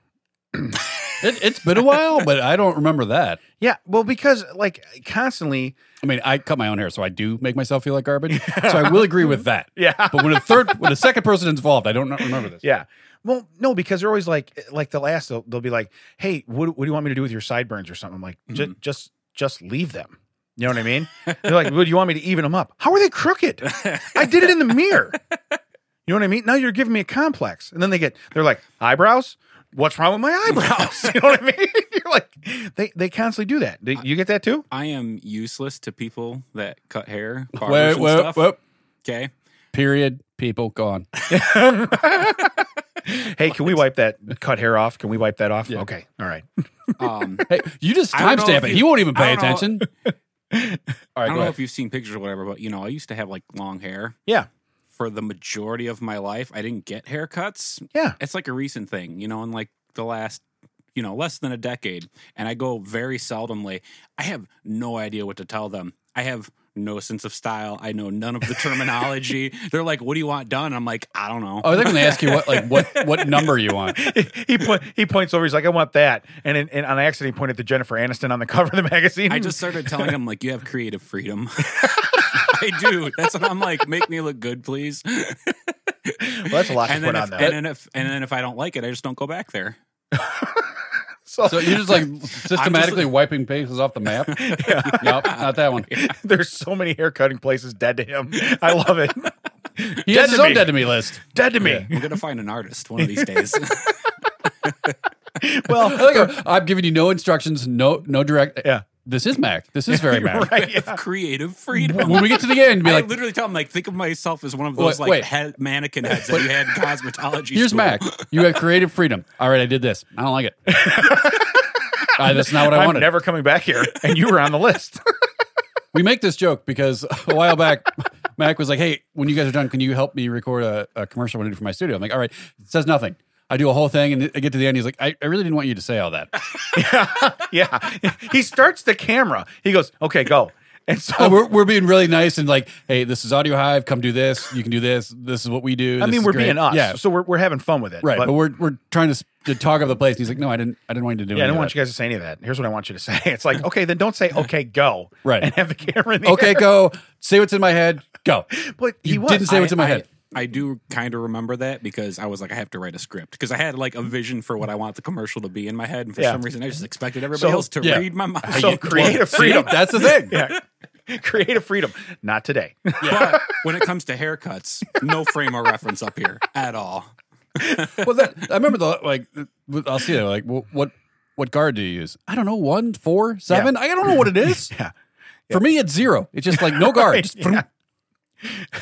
[SPEAKER 1] It, it's been a while, but I don't remember that.
[SPEAKER 2] Yeah, well, because like constantly,
[SPEAKER 1] I mean, I cut my own hair, so I do make myself feel like garbage. So I will agree with that.
[SPEAKER 2] yeah,
[SPEAKER 1] But when a third, when a second person is involved, I don't not remember this.
[SPEAKER 2] Yeah. Well, no, because they're always like, eh, like the last, they'll, they'll be like, "Hey, what, what do you want me to do with your sideburns or something?" I'm like, "Ju- just, just leave them. You know what I mean? they're like, "Would you want me to even them up? How are they crooked? I did it in the mirror. You know what I mean? Now you're giving me a complex." And then they get, they're like, "Eyebrows? what's wrong with my eyebrows? you know what I mean? You're like, they, they constantly do that. Do you get that too?
[SPEAKER 3] I am useless to people that cut hair, barbers,
[SPEAKER 1] Wait,
[SPEAKER 3] and
[SPEAKER 1] wait,
[SPEAKER 3] stuff.
[SPEAKER 1] wait.
[SPEAKER 3] Okay,
[SPEAKER 1] Period. People gone.
[SPEAKER 2] Hey, can we wipe that cut hair off? Can we wipe that off?
[SPEAKER 1] Yeah.
[SPEAKER 2] Okay. All right.
[SPEAKER 3] um,
[SPEAKER 1] Hey, you just
[SPEAKER 3] I don't know
[SPEAKER 1] timestamp
[SPEAKER 3] if
[SPEAKER 1] it.
[SPEAKER 3] you-
[SPEAKER 1] he won't even pay
[SPEAKER 3] I don't know.
[SPEAKER 1] attention. All
[SPEAKER 3] I
[SPEAKER 1] right,
[SPEAKER 3] don't
[SPEAKER 1] go
[SPEAKER 3] know
[SPEAKER 1] ahead.
[SPEAKER 3] if you've seen pictures or whatever, but you know, I used to have like long hair.
[SPEAKER 2] Yeah.
[SPEAKER 3] For the majority of my life, I didn't get haircuts.
[SPEAKER 2] Yeah.
[SPEAKER 3] It's like a recent thing, you know, in like the last, you know, less than a decade. And I go very seldomly. I have no idea what to tell them. I have no sense of style. I know none of the terminology. They're like, what do you want done? I'm like, I don't know.
[SPEAKER 1] Oh, they're going to ask you what like what what number you want.
[SPEAKER 2] he point, he points over. He's like, I want that. And in, and on accident, he pointed to Jennifer Aniston on the cover of the magazine.
[SPEAKER 3] I just started telling them, like, you have creative freedom. I do. That's what I'm like. Make me look good, please.
[SPEAKER 2] well, that's a lot to
[SPEAKER 3] and
[SPEAKER 2] put
[SPEAKER 3] then,
[SPEAKER 2] on
[SPEAKER 3] if,
[SPEAKER 2] that.
[SPEAKER 3] and then if and then if I don't like it, I just don't go back there.
[SPEAKER 2] so
[SPEAKER 1] So you're just like systematically wiping pages off the map. Nope, not that one. He
[SPEAKER 2] there's so many hair cutting places dead to him. I love it. Dead
[SPEAKER 1] has
[SPEAKER 2] to
[SPEAKER 1] his own
[SPEAKER 2] me.
[SPEAKER 1] dead to me list.
[SPEAKER 2] dead to me.
[SPEAKER 3] I'm gonna find an artist one of these days.
[SPEAKER 1] I like how I'm giving you no instructions, no no direct.
[SPEAKER 2] Yeah.
[SPEAKER 1] this is Mac. This is very Mac.
[SPEAKER 2] Right.
[SPEAKER 3] If creative freedom.
[SPEAKER 1] When we get to the end, be
[SPEAKER 3] I
[SPEAKER 1] like,
[SPEAKER 3] literally tell them like, think of myself as one of those
[SPEAKER 1] Wait,
[SPEAKER 3] like
[SPEAKER 1] wait.
[SPEAKER 3] head, mannequin heads that you had in cosmetology.
[SPEAKER 1] "Here's
[SPEAKER 3] school.
[SPEAKER 1] Mac. You have creative freedom. All right, I did this. I don't like it. Uh, that's not what I
[SPEAKER 2] I'm
[SPEAKER 1] wanted.
[SPEAKER 2] never coming back here. And you were on the list.
[SPEAKER 1] we make this joke because a while back, Mac was like, "Hey, when you guys are done, can you help me record a, a commercial I want to do for my studio?" I'm like, "All right." It says nothing. I do a whole thing, and I get to the end. He's like, "I, I really didn't want you to say all that."
[SPEAKER 2] yeah. He starts the camera. He goes, okay, go. And so,
[SPEAKER 1] Oh, we're, we're being really nice and like, hey, this is Audio Hive. Come do this. You can do this. This is what we do. This
[SPEAKER 2] I mean,
[SPEAKER 1] is
[SPEAKER 2] we're
[SPEAKER 1] great."
[SPEAKER 2] being us.
[SPEAKER 1] Yeah,
[SPEAKER 2] So we're, we're having fun with it.
[SPEAKER 1] right. But,
[SPEAKER 2] But,
[SPEAKER 1] we're we're trying to, s- to talk of the place. He's like, no, I didn't. I didn't want you to do.
[SPEAKER 2] yeah, I
[SPEAKER 1] any
[SPEAKER 2] don't
[SPEAKER 1] of
[SPEAKER 2] want
[SPEAKER 1] that."
[SPEAKER 2] you guys to say any of that. Here's what I want you to say. It's like, okay, then don't say, okay, go.
[SPEAKER 1] Right.
[SPEAKER 2] And have the camera in the
[SPEAKER 1] Okay, go. Say what's in my head. Go.
[SPEAKER 2] But he
[SPEAKER 1] You
[SPEAKER 2] was.
[SPEAKER 1] didn't say what's in my
[SPEAKER 3] I-
[SPEAKER 1] head.
[SPEAKER 3] I do kind of remember that because I was like, I have to write a script because I had like a vision for what I want the commercial to be in my head, and for
[SPEAKER 2] Yeah.
[SPEAKER 3] some reason, I just expected everybody
[SPEAKER 2] So-
[SPEAKER 3] else to
[SPEAKER 1] yeah.
[SPEAKER 3] read my mind.
[SPEAKER 2] So creative freedom.
[SPEAKER 1] That's the thing.
[SPEAKER 2] yeah. Creative freedom. Not today.
[SPEAKER 3] But when it comes to haircuts, no frame of reference up here at all.
[SPEAKER 1] Well, that I remember the like. I'll see that. Like, wh- what what guard do you use? I don't know. One, four, seven. I don't know what it is.
[SPEAKER 2] Yeah.
[SPEAKER 1] For me, it's zero. It's just like no guard. Just
[SPEAKER 2] Yeah.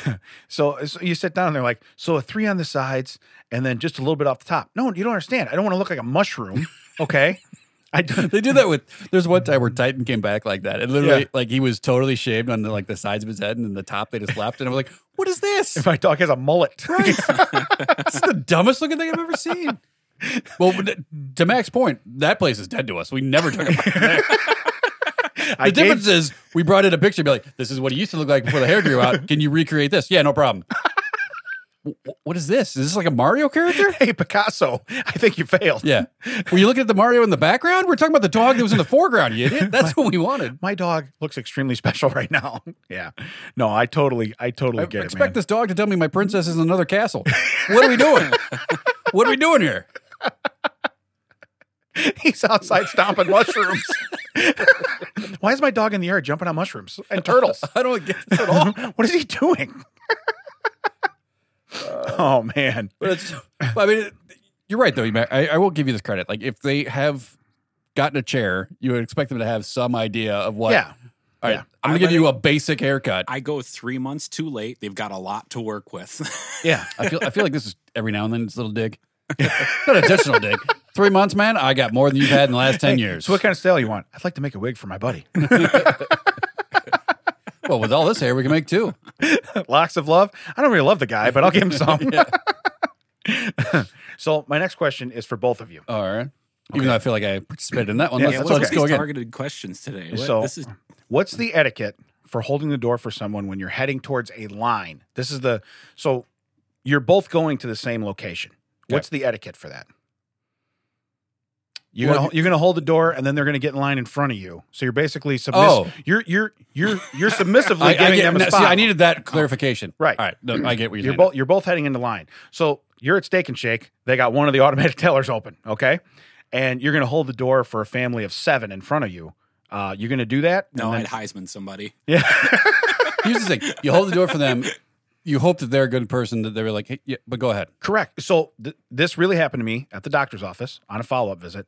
[SPEAKER 2] So, so you sit down and they're like, so a three on the sides and then just a little bit off the top. No, you don't understand. I don't want to look like a mushroom. Okay. I do.
[SPEAKER 1] They do that with. There's one time where Titan came back like that, and literally,
[SPEAKER 2] Yeah.
[SPEAKER 1] like he was totally shaved on the, like the sides of his head, and then the top they just left. And I was like, "What is this?
[SPEAKER 2] My dog has a mullet.
[SPEAKER 1] This is the dumbest looking thing I've ever seen." Well, but to Mac's point, that place is dead to us. We never took it. back.
[SPEAKER 2] I
[SPEAKER 1] The
[SPEAKER 2] gave,
[SPEAKER 1] difference is we brought in a picture, and be like, "This is what it used to look like before the hair grew out. Can you recreate this?" Yeah, no problem. W- w- What is this? Is this like a Mario character?
[SPEAKER 2] hey, Picasso, I think you failed.
[SPEAKER 1] Yeah. Were you looking at the Mario in the background? We're talking about the dog that was in the foreground, you idiot. That's what we wanted.
[SPEAKER 2] My dog looks extremely special right now. yeah. No, I totally, I totally
[SPEAKER 1] I
[SPEAKER 2] get it,
[SPEAKER 1] expect
[SPEAKER 2] man.
[SPEAKER 1] this dog to tell me my princess is in another castle. What are we doing? what are we doing here?
[SPEAKER 2] He's outside stomping mushrooms. Why is my dog in the air jumping on mushrooms and turtles?
[SPEAKER 1] I don't get this at all.
[SPEAKER 2] what is he doing? oh man.
[SPEAKER 1] But it's, I mean, it- you're right though. you might- I, I will give you this credit. Like if they have gotten a chair, you would expect them to have some idea of what.
[SPEAKER 2] Yeah.
[SPEAKER 1] All right.
[SPEAKER 2] Yeah.
[SPEAKER 1] I'm
[SPEAKER 3] I
[SPEAKER 1] gonna give
[SPEAKER 3] let
[SPEAKER 1] you a basic haircut.
[SPEAKER 3] I go three months too late. They've got a lot to work with.
[SPEAKER 2] Yeah.
[SPEAKER 1] I feel I feel like this is every now and then it's a little dig, not additional dig. Three months, man. I got more than you've had in the last ten years.
[SPEAKER 2] So what kind of style you want? I'd like to make a wig for my buddy.
[SPEAKER 1] well, with all this hair, we can make two.
[SPEAKER 2] Locks of love. I don't really love the guy, but I'll give him some. so my next question is for both of you.
[SPEAKER 1] All right. Even though I feel like I participated in that one,
[SPEAKER 2] Yeah,
[SPEAKER 1] let's,
[SPEAKER 2] that's
[SPEAKER 1] so
[SPEAKER 3] What's
[SPEAKER 1] let's
[SPEAKER 3] these
[SPEAKER 1] go again.
[SPEAKER 3] targeted questions today? What-
[SPEAKER 2] So-
[SPEAKER 3] this is
[SPEAKER 2] What's the etiquette for holding the door for someone when you're heading towards a line? This is the so you're both going to the same location. What's the etiquette for that? You're
[SPEAKER 1] Well,
[SPEAKER 2] gonna, you're gonna hold the door, and then they're gonna get in line in front of you. So you're basically submiss-
[SPEAKER 1] Oh.
[SPEAKER 2] You're you're you're you're submissively
[SPEAKER 1] I, I
[SPEAKER 2] giving
[SPEAKER 1] get-
[SPEAKER 2] them
[SPEAKER 1] no,
[SPEAKER 2] a
[SPEAKER 1] see,
[SPEAKER 2] spot.
[SPEAKER 1] I needed that clarification.
[SPEAKER 2] Right.
[SPEAKER 1] All right. No, I get what you're,
[SPEAKER 2] you're
[SPEAKER 1] saying.
[SPEAKER 2] both you're both heading into line. So you're at Steak and Shake. They got one of the automatic tellers open, okay? And you're gonna hold the door for a family of seven in front of you. Uh, you're gonna do that?
[SPEAKER 3] no,
[SPEAKER 2] And
[SPEAKER 3] I'd
[SPEAKER 2] then-
[SPEAKER 3] Heisman somebody.
[SPEAKER 1] Here's the thing: you hold the door for them. you hope that they're a good person that they were like, hey, yeah, but go ahead.
[SPEAKER 2] Correct. So th- this really happened to me at the doctor's office on a follow up visit,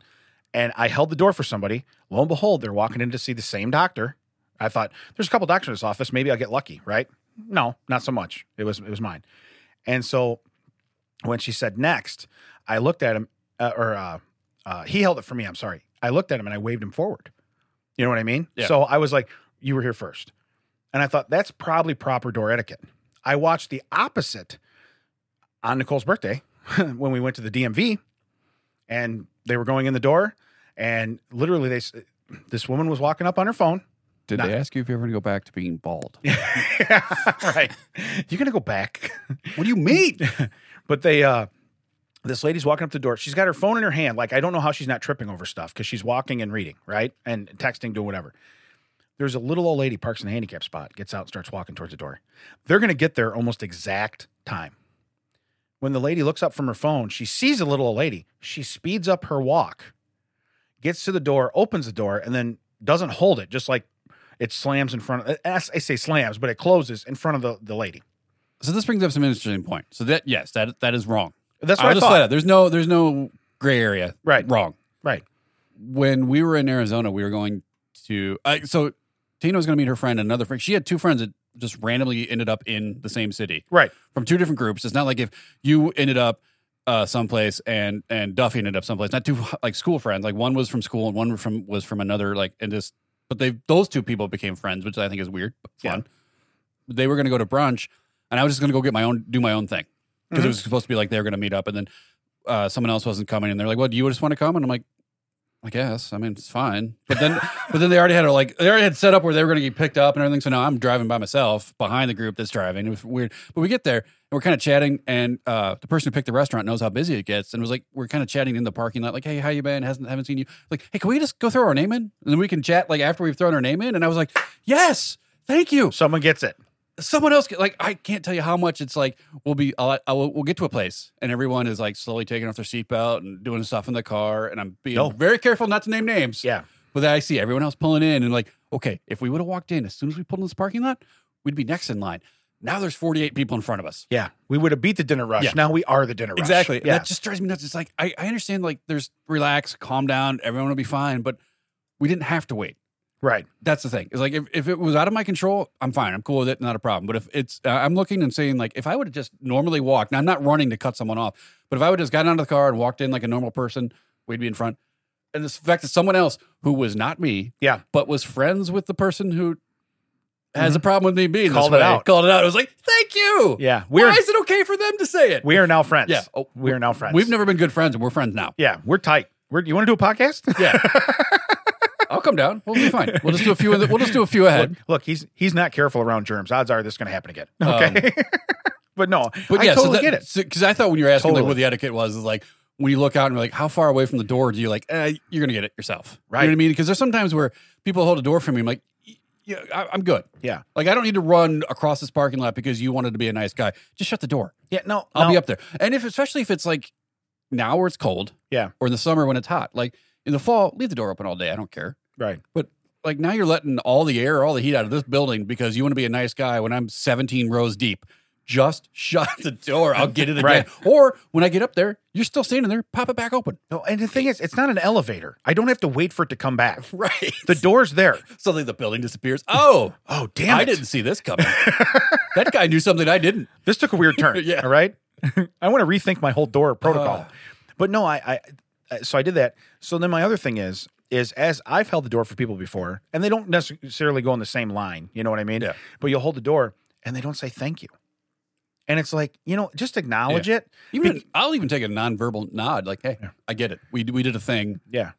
[SPEAKER 2] and I held the door for somebody. Lo and behold, they're walking in to see the same doctor. I thought there's a couple doctors in this office. Maybe I'll get lucky, right? No, not so much. It was it was mine. And so when she said next, I looked at him, uh, or uh, uh, he held it for me. I'm sorry. I looked at him and I waved him forward. You know what I mean?
[SPEAKER 1] Yeah.
[SPEAKER 2] So I was like, "You were here first. and I thought that's probably proper door etiquette. I watched the opposite on Nicole's birthday when we went to the DMV and they were going in the door and literally they s- this woman was walking up on her phone.
[SPEAKER 1] Did
[SPEAKER 2] Nah.
[SPEAKER 1] they ask you if you were going to go back to being bald?
[SPEAKER 2] right. You're going to go back.
[SPEAKER 1] What do you mean?
[SPEAKER 2] but they uh this lady's walking up the door. She's got her phone in her hand. Like I don't know how she's not tripping over stuff cuz she's walking and reading, right? And texting doing whatever. There's a little old lady parks in a handicap spot, gets out and starts walking towards the door. They're going to get there almost exact time. When the lady looks up from her phone, she sees a little old lady. She speeds up her walk, gets to the door, opens the door, and then doesn't hold it, just like it slams in front of, I I say slams, but it closes in front of the, the lady.
[SPEAKER 1] So this brings up some interesting point. So that yes, that that is wrong.
[SPEAKER 2] That's
[SPEAKER 1] I'll
[SPEAKER 2] what I,
[SPEAKER 1] just
[SPEAKER 2] thought.
[SPEAKER 1] let it. There's no there's no gray area.
[SPEAKER 2] Right.
[SPEAKER 1] Wrong.
[SPEAKER 2] Right.
[SPEAKER 1] When we were in Arizona, we were going to I so Tina was going to meet her friend, another friend. She had two friends that just randomly ended up in the same city
[SPEAKER 2] Right.
[SPEAKER 1] from two different groups. It's not like if you ended up uh, someplace and and Duffy ended up someplace. Not two like school friends. Like one was from school and one from was from another. Like and just but they those two people became friends, which I think is weird but fun. They were going to go to brunch, and I was just going to go get my own do my own thing because
[SPEAKER 2] Mhm.
[SPEAKER 1] it was supposed to be like they were going to meet up, and then uh, someone else wasn't coming, and they're like, "Well, do you just want to come?" And I'm like. I guess. I mean, it's fine. But then, but then they already had a, like they already had set up where they were going to get picked up and everything. So now I'm driving by myself behind the group that's driving. It was weird. But we get there and we're kind of chatting, and uh, the person who picked the restaurant knows how busy it gets, and was like, we're kind of chatting in the parking lot, like, hey, how you been? Hasn't haven't seen you. Like, hey, can we just go throw our name in, and then we can chat like after we've thrown our name in? And I was like, yes, thank you
[SPEAKER 2] Someone gets it.
[SPEAKER 1] someone else like I can't tell you how much it's like we'll be I'll, I'll, we'll get to a place and everyone is like slowly taking off their seatbelt and doing stuff in the car and I'm being
[SPEAKER 2] No.
[SPEAKER 1] very careful not to name names.
[SPEAKER 2] Oh. Yeah.
[SPEAKER 1] But then I see everyone else pulling in and like okay, if we would have walked in as soon as we pulled in this parking lot, we'd be next in line. Now there's 48 people in front of us.
[SPEAKER 2] Yeah. We would have beat the dinner rush.
[SPEAKER 1] Yeah.
[SPEAKER 2] Now we are the dinner rush.
[SPEAKER 1] Exactly.
[SPEAKER 2] Yeah.
[SPEAKER 1] That just drives me nuts. It's like I, I understand like there's relax, calm down, everyone will be fine, but we didn't have to wait.
[SPEAKER 2] right.
[SPEAKER 1] that's the thing. It's like if, if it was out of my control, I'm fine. I'm cool with it. Not a problem. But if it's, uh, I'm looking and saying like, if I would have just normally walked, now I'm not running to cut someone off, but if I would have just gotten out of the car and walked in like a normal person, we'd be in front. And the fact that someone else who was not me,
[SPEAKER 2] Yeah.
[SPEAKER 1] but was friends with the person who has a problem with me being this
[SPEAKER 2] Mm-hmm. Called it
[SPEAKER 1] way,
[SPEAKER 2] out.
[SPEAKER 1] called it out. It was like, thank you.
[SPEAKER 2] Yeah.
[SPEAKER 1] Why
[SPEAKER 2] We're
[SPEAKER 1] is it okay for them to say it?
[SPEAKER 2] we are now friends.
[SPEAKER 1] Yeah. Oh,
[SPEAKER 2] we are now friends.
[SPEAKER 1] We've never been good friends, and we're friends now.
[SPEAKER 2] Yeah. We're tight. We're, you want to do a podcast?
[SPEAKER 1] Yeah, I'll come down. We'll be fine. We'll just do a few. In the, we'll just do a few ahead.
[SPEAKER 2] look, look, he's he's not careful around germs. Odds are this is going to happen again. Okay. but no,
[SPEAKER 1] Um, But
[SPEAKER 2] I
[SPEAKER 1] yeah,
[SPEAKER 2] totally
[SPEAKER 1] so
[SPEAKER 2] get it.
[SPEAKER 1] Because I thought when you were asking like
[SPEAKER 2] Totally.
[SPEAKER 1] what the etiquette was, is like when you look out and you're like, how far away from the door do you like? Eh, you're gonna get it yourself, You
[SPEAKER 2] Right.
[SPEAKER 1] know what I mean? Because there's sometimes where people hold a door for me. I'm like, "Y- yeah, I, I'm good.
[SPEAKER 2] Yeah.
[SPEAKER 1] Like I don't need to run across this parking lot because you wanted to be a nice guy. Just shut the door.
[SPEAKER 2] Yeah. No,
[SPEAKER 1] I'll
[SPEAKER 2] no.
[SPEAKER 1] be up there. And if especially if it's like now where it's cold,
[SPEAKER 2] Yeah.
[SPEAKER 1] or in the summer when it's hot. Like in the fall, leave the door open all day. I don't care.
[SPEAKER 2] Right.
[SPEAKER 1] Like now you're letting all the air, all the heat out of this building because you want to be a nice guy when I'm 17 rows deep. Just shut the door. I'll get it again.
[SPEAKER 2] Right.
[SPEAKER 1] Or when I get up there, you're still standing there, pop it back open.
[SPEAKER 2] No, and the thing is, it's not an elevator. I don't have to wait for it to come back.
[SPEAKER 1] Right.
[SPEAKER 2] The door's there.
[SPEAKER 1] Suddenly the building disappears. Oh,
[SPEAKER 2] Oh, damn
[SPEAKER 1] I
[SPEAKER 2] it.
[SPEAKER 1] didn't see this coming. that guy knew something I didn't.
[SPEAKER 2] This took a weird turn.
[SPEAKER 1] Yeah.
[SPEAKER 2] All right. I want to rethink my whole door protocol.
[SPEAKER 1] Uh.
[SPEAKER 2] but no, I, I, I- so I did that. So then my other thing is, is as I've held the door for people before, and they don't necessarily go on the same line. You know what I mean?
[SPEAKER 1] Yeah.
[SPEAKER 2] But you'll hold the door and they don't say thank you. And it's like, you know, just acknowledge it.
[SPEAKER 1] Even I'll even take a nonverbal nod, like, "Hey, I get it. We we did a thing.
[SPEAKER 2] Yeah.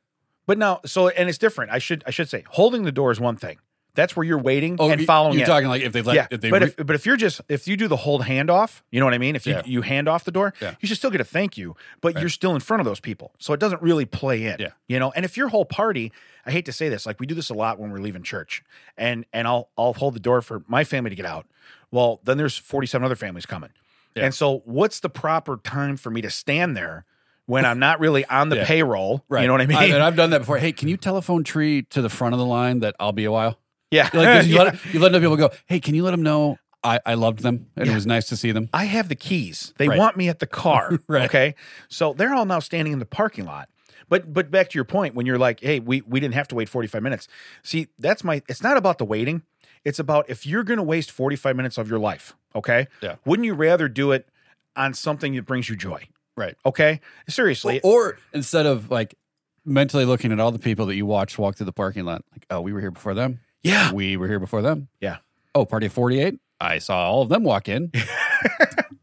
[SPEAKER 2] But now, so, and it's different. I should, I should say holding the door is one thing. That's where you're waiting and
[SPEAKER 1] Oh, you-
[SPEAKER 2] following
[SPEAKER 1] You're
[SPEAKER 2] it.
[SPEAKER 1] talking like if they let,
[SPEAKER 2] yeah,
[SPEAKER 1] if they
[SPEAKER 2] but
[SPEAKER 1] re-
[SPEAKER 2] if but if you're just if you do the hold handoff, you know what I mean. If you
[SPEAKER 1] Yeah.
[SPEAKER 2] you hand off the door,
[SPEAKER 1] Yeah.
[SPEAKER 2] you should still get a thank you, but you're still in front of those people, so it doesn't really play in.
[SPEAKER 1] Yeah.
[SPEAKER 2] you know. And if your whole party, I hate to say this, like we do this a lot when we're leaving church, and and I'll I'll hold the door for my family to get out. Well, then there's 47 other families coming,
[SPEAKER 1] Yeah.
[SPEAKER 2] and so what's the proper time for me to stand there when I'm not really on the
[SPEAKER 1] Yeah.
[SPEAKER 2] payroll? You know what I mean?
[SPEAKER 1] and I've done that before. Hey, can you telephone tree to the front of the line that I'll be a while?
[SPEAKER 2] yeah,
[SPEAKER 1] Like 'cause you,
[SPEAKER 2] Yeah.
[SPEAKER 1] let, you let other people go. Hey, can you let them know I, I loved them and it was nice to see them.
[SPEAKER 2] I have the keys. They
[SPEAKER 1] Right.
[SPEAKER 2] want me at the car.
[SPEAKER 1] Right.
[SPEAKER 2] Okay. So they're all now standing in the parking lot. But but back to your point when you're like, hey, we, we didn't have to wait 45 minutes. See, that's my it's not about the waiting. It's about if you're gonna waste 45 minutes of your life, okay?
[SPEAKER 1] Yeah.
[SPEAKER 2] Wouldn't you rather do it on something that brings you joy?
[SPEAKER 1] Right.
[SPEAKER 2] Okay. Seriously.
[SPEAKER 1] Or instead of like mentally looking at all the people that you watched walk through the parking lot, like, oh, we were here before them.
[SPEAKER 2] yeah.
[SPEAKER 1] We were here before them.
[SPEAKER 2] Yeah.
[SPEAKER 1] Oh, party of 48. I saw all of them walk in.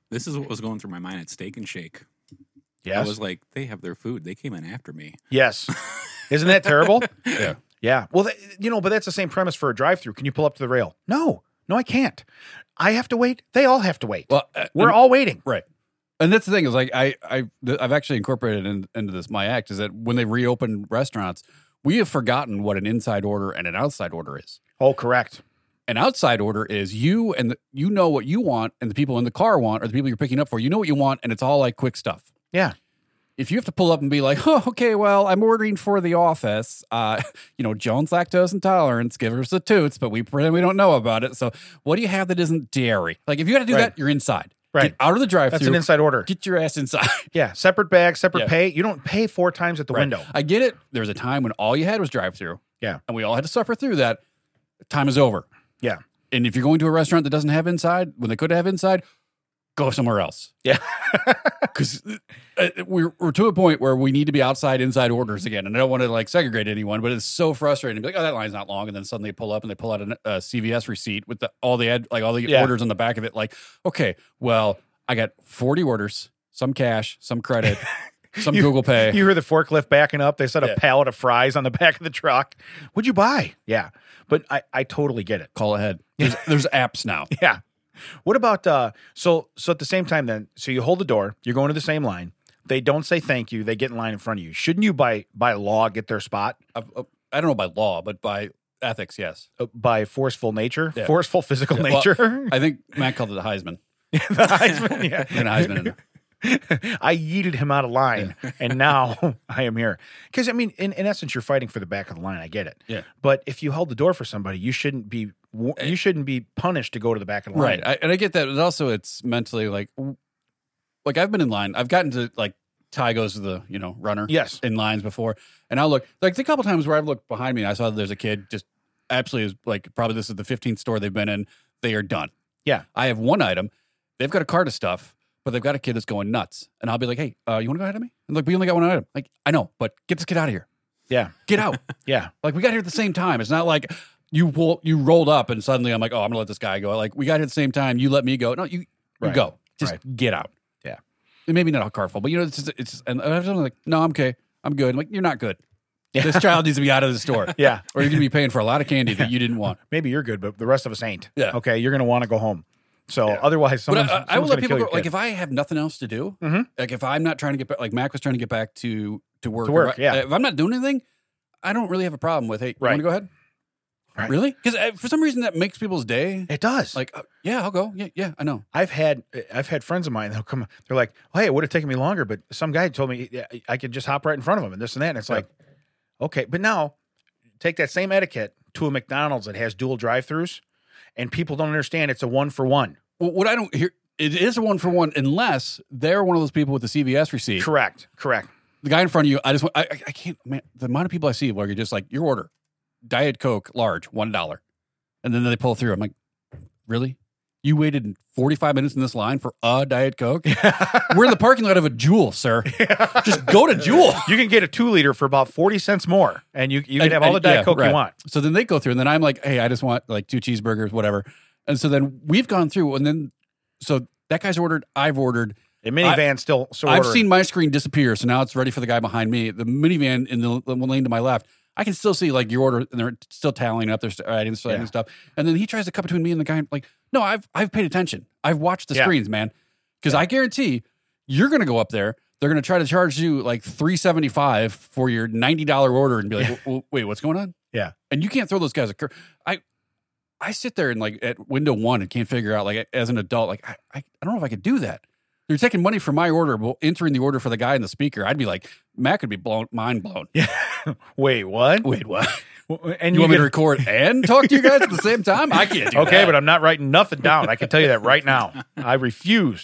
[SPEAKER 3] This is what was going through my mind at Steak and Shake. I
[SPEAKER 2] Yes.
[SPEAKER 3] was like, they have their food. They came in after me.
[SPEAKER 2] yes. Isn't that terrible?
[SPEAKER 1] Yeah.
[SPEAKER 2] Yeah. Well, th- you know, but that's the same premise for a drive through. Can you pull up to the rail? No. No, I can't. I have to wait. They all have to wait.
[SPEAKER 1] Well, uh,
[SPEAKER 2] We're
[SPEAKER 1] and-
[SPEAKER 2] all waiting.
[SPEAKER 1] Right. And that's the thing is like I I th- I've actually incorporated in, into this my act is that when they reopen restaurants, we have forgotten what an inside order and an outside order is.
[SPEAKER 2] Oh, correct.
[SPEAKER 1] An outside order is you and the, you know what you want and the people in the car want or the people you're picking up for, you know what you want and it's all like quick stuff.
[SPEAKER 2] Yeah.
[SPEAKER 1] If you have to pull up and be like, "Oh, okay, well, I'm ordering for the office." Uh, you know, Jones lactose intolerance, give us the toots, but we pretend we don't know about it. So, what do you have that isn't dairy? Like if you got to do
[SPEAKER 2] Right.
[SPEAKER 1] that, you're inside.
[SPEAKER 2] Right.
[SPEAKER 1] Get out of the
[SPEAKER 2] That's an
[SPEAKER 1] drive-through.
[SPEAKER 2] inside order.
[SPEAKER 1] Get your ass inside.
[SPEAKER 2] Yeah. Separate bag, separate
[SPEAKER 1] Yeah.
[SPEAKER 2] pay. You don't pay four times at the
[SPEAKER 1] Right.
[SPEAKER 2] window.
[SPEAKER 1] I get it. There was a time when all you had was drive through.
[SPEAKER 2] Yeah.
[SPEAKER 1] And we all had to suffer through that. Time is over.
[SPEAKER 2] Yeah.
[SPEAKER 1] And if you're going to a restaurant that doesn't have inside, when they could have inside, go somewhere else.
[SPEAKER 2] Yeah.
[SPEAKER 1] Because we're, we're to a point where we need to be outside inside orders again. And I don't want to like segregate anyone, but it's so frustrating. Be like, oh, that line's not long. And then suddenly pull up and they pull out uh, a CVS receipt with the, all the ad, like all the
[SPEAKER 2] Yeah.
[SPEAKER 1] orders on the back of it. Like, okay, well, I got 40 orders, some cash, some credit, some
[SPEAKER 2] You-
[SPEAKER 1] Google Pay.
[SPEAKER 2] You hear the forklift backing up. They set a
[SPEAKER 1] Yeah.
[SPEAKER 2] pallet of fries on the back of the truck. What'd you buy? Yeah. But I, I totally get it.
[SPEAKER 1] call ahead. There's, there's apps now.
[SPEAKER 2] Yeah. What about uh so so at the same time then, so you hold the door, you're going to the same line. They don't say thank you, they get in line in front of you. Shouldn't you by by law get their spot?
[SPEAKER 1] I, uh, I don't know by law, but by ethics, yes.
[SPEAKER 2] Uh, By forceful nature,
[SPEAKER 1] Yeah.
[SPEAKER 2] forceful physical
[SPEAKER 1] Yeah, well,
[SPEAKER 2] nature.
[SPEAKER 1] I think Matt called it the Heisman.
[SPEAKER 2] The Heisman, yeah.
[SPEAKER 1] You're gonna Heisman in there.
[SPEAKER 2] I yeeted him out of line, and now I am here. Because I mean, in, in essence, you're fighting for the back of the line. I get it.
[SPEAKER 1] Yeah. Eh.
[SPEAKER 2] But if you held the door for somebody, you shouldn't be wa- you shouldn't be punished to go to the back of the line.
[SPEAKER 1] right? I, and I get that, but also it's mentally like, like I've been in line. I've gotten to like Ty goes to the you know runner
[SPEAKER 2] yes.
[SPEAKER 1] in lines before, and I'll look like the couple times where I've looked behind me, and I saw that there's a kid just absolutely is like probably this is the 15th store they've been in. They are done.
[SPEAKER 2] Yeah.
[SPEAKER 1] I have one item. They've got a cart of stuff, but they've got a kid that's going nuts, and I'll be like, hey, uh, you want to go ahead of me? And like we only got one item. Like I know, but get this kid out of here.
[SPEAKER 2] Yeah.
[SPEAKER 1] Get out.
[SPEAKER 2] Yeah.
[SPEAKER 1] Like we got here at the same time. It's not like you wo- you rolled up and suddenly I'm like, oh, I'm gonna let this guy go. Like we got here at the same time. You let me go. No, you, you
[SPEAKER 2] Right.
[SPEAKER 1] go. Just
[SPEAKER 2] Right.
[SPEAKER 1] get out.
[SPEAKER 2] Yeah.
[SPEAKER 1] And maybe not a car full, but you know, it's just, it's just, and I was like, no, I'm okay. I'm good. I'm like you're not good. This child needs to be out of the store,
[SPEAKER 2] Yeah.
[SPEAKER 1] or you're gonna be paying for a lot of candy that you didn't want.
[SPEAKER 2] Maybe you're good, but the rest of us ain't.
[SPEAKER 1] Yeah.
[SPEAKER 2] Okay. You're gonna want to go home. So otherwise,
[SPEAKER 1] But I,
[SPEAKER 2] someone's,
[SPEAKER 1] I- I will
[SPEAKER 2] someone's
[SPEAKER 1] let
[SPEAKER 2] gonna
[SPEAKER 1] people
[SPEAKER 2] kill
[SPEAKER 1] go.
[SPEAKER 2] your
[SPEAKER 1] Like
[SPEAKER 2] kid.
[SPEAKER 1] if I have nothing else to do,
[SPEAKER 2] Mhm.
[SPEAKER 1] like if I'm not trying to get back, like Mac was trying to get back to to work.
[SPEAKER 2] To work,
[SPEAKER 1] or-
[SPEAKER 2] yeah.
[SPEAKER 1] If I'm not doing anything, I don't really have a problem with. Hey,
[SPEAKER 2] Right.
[SPEAKER 1] you want to go ahead?
[SPEAKER 2] Right.
[SPEAKER 1] Really? Because for some reason that makes people's day.
[SPEAKER 2] it does.
[SPEAKER 1] Like, uh, yeah, I'll go. Yeah, yeah, I know.
[SPEAKER 2] I've had I've had friends of mine that'll come. They're like, "Hey, it would have taken me longer, but some guy told me yeah, I could just hop right in front of him and this and that." And it's
[SPEAKER 1] Yeah.
[SPEAKER 2] like, okay, but now take that same etiquette to a McDonald's that has dual drive-throughs, and people don't understand it's a one for one.
[SPEAKER 1] Well, what I don't hear, it is a one for one unless they're one of those people with the CVS receipt.
[SPEAKER 2] Correct, correct.
[SPEAKER 1] The guy in front of you, I just, want- I, I- I can't, man, the amount of people I see where you're just like, your order, Diet Coke, large, $1. And then they pull through. I'm like, really? You waited 45 minutes in this line for a Diet Coke? We're in the parking lot of a Jewel, sir. Just go to Jewel.
[SPEAKER 2] You can get a two-liter for about forty cents more, and you you can
[SPEAKER 1] And-
[SPEAKER 2] have all the
[SPEAKER 1] and-
[SPEAKER 2] diet
[SPEAKER 1] yeah,
[SPEAKER 2] coke
[SPEAKER 1] right.
[SPEAKER 2] you want.
[SPEAKER 1] So then they go through, and then I'm like, hey, I just want like two cheeseburgers, whatever. And so then we've gone through, and then so that guy's ordered, I've ordered.
[SPEAKER 2] A minivan still so
[SPEAKER 1] I've seen my screen disappear, so now it's ready for the guy behind me. The minivan in the, the lane to my left, I can still see like your order, and they're still tallying up their st- items
[SPEAKER 2] Yeah.
[SPEAKER 1] and stuff. And then he tries to cut between me and the guy. Like, no, I've I've paid attention. I've watched the
[SPEAKER 2] Yeah.
[SPEAKER 1] screens, man, because I guarantee you're going to go up there. They're going to try to charge you like three seventy five for your ninety dollar order, and be like, "W- w- wait, what's going on?
[SPEAKER 2] Yeah.
[SPEAKER 1] and you can't throw those guys a curve. I I sit there and like at window one and can't figure out like as an adult, like I I, I don't know if I could do that. They're taking money from my order, but entering the order for the guy in the speaker. I'd be like, Matt could be blown, mind blown.
[SPEAKER 2] Yeah. Wait, what?
[SPEAKER 1] Wait, what?
[SPEAKER 2] And
[SPEAKER 1] You want me to
[SPEAKER 2] get-
[SPEAKER 1] record and talk to you guys at the same time? I can't do
[SPEAKER 2] Okay,
[SPEAKER 1] that.
[SPEAKER 2] but I'm not writing nothing down. I can tell you that right now. I refuse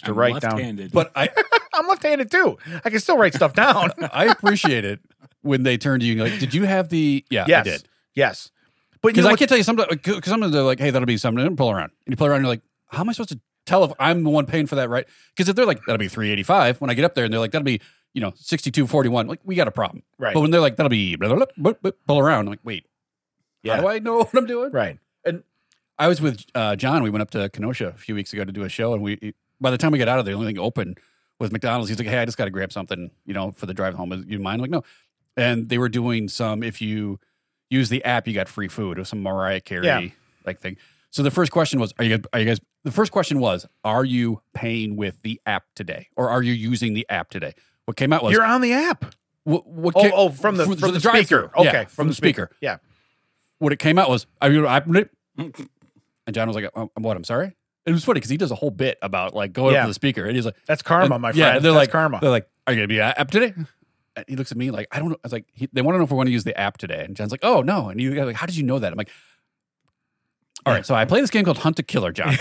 [SPEAKER 2] to
[SPEAKER 3] I'm
[SPEAKER 2] write down.
[SPEAKER 3] left-handed.
[SPEAKER 1] But I,
[SPEAKER 2] I'm left-handed too. I can still write stuff down.
[SPEAKER 1] I appreciate it when they turn to you and like, did you have the? Yeah, I
[SPEAKER 2] yes,
[SPEAKER 1] did.
[SPEAKER 2] yes. But you
[SPEAKER 1] Because
[SPEAKER 2] know
[SPEAKER 1] I
[SPEAKER 2] what-
[SPEAKER 1] can tell you sometimes, because sometimes they're like, hey, that'll be something. And pull around. And you pull around, and you're like, how am I supposed to tell if I'm the one paying for that, right? Because if they're like, that'll be 385 when I get up there, and they're like, that'll be, you know, 6241, like, we got a problem.
[SPEAKER 2] right,
[SPEAKER 1] But when they're like, that'll be, blah, blah, blah, blah, blah, pull around, I'm like, wait,
[SPEAKER 2] yeah,
[SPEAKER 1] how do I know what I'm doing?
[SPEAKER 2] right.
[SPEAKER 1] I was with uh, John. We went up to Kenosha a few weeks ago to do a show, and we e, by the time we got out of there, the only thing open was McDonald's. He's like, "Hey, I just got to grab something, you know, for the drive home. Is- You mind?" I'm like, no. And they were doing some if you use the app, you got free food or some Mariah Carey
[SPEAKER 2] Yeah.
[SPEAKER 1] like thing. So the first question was, "Are you guys, are you guys?" The first question was, "Are you paying with the app today, or are you using the app today?" What came out was,
[SPEAKER 2] You're on the app.
[SPEAKER 1] what, what
[SPEAKER 2] Oh,
[SPEAKER 1] came-
[SPEAKER 2] oh, from the
[SPEAKER 1] for-
[SPEAKER 2] from,
[SPEAKER 1] for
[SPEAKER 2] the,
[SPEAKER 1] drive-thru.
[SPEAKER 2] speaker.
[SPEAKER 1] Yeah,
[SPEAKER 2] Okay, from, the speaker. Yeah.
[SPEAKER 1] what it came out was, I mean, I, and John was like, um, "What? I'm sorry." It was funny because he does a whole bit about like going up
[SPEAKER 2] Yeah.
[SPEAKER 1] to the speaker, and he's like,
[SPEAKER 2] That's karma,
[SPEAKER 1] and-
[SPEAKER 2] my friend.
[SPEAKER 1] Yeah, they're
[SPEAKER 2] That's
[SPEAKER 1] like uh,
[SPEAKER 2] karma.
[SPEAKER 1] They're like, "Are you gonna be a- app today?" And he looks at me like, "I don't know." I was like, he, "They want to know if we want to use the app today." And John's like, "Oh no!" And you guys are like, "How did you know that?" I'm like, "All right, so I play this game called Hunt a Killer, John.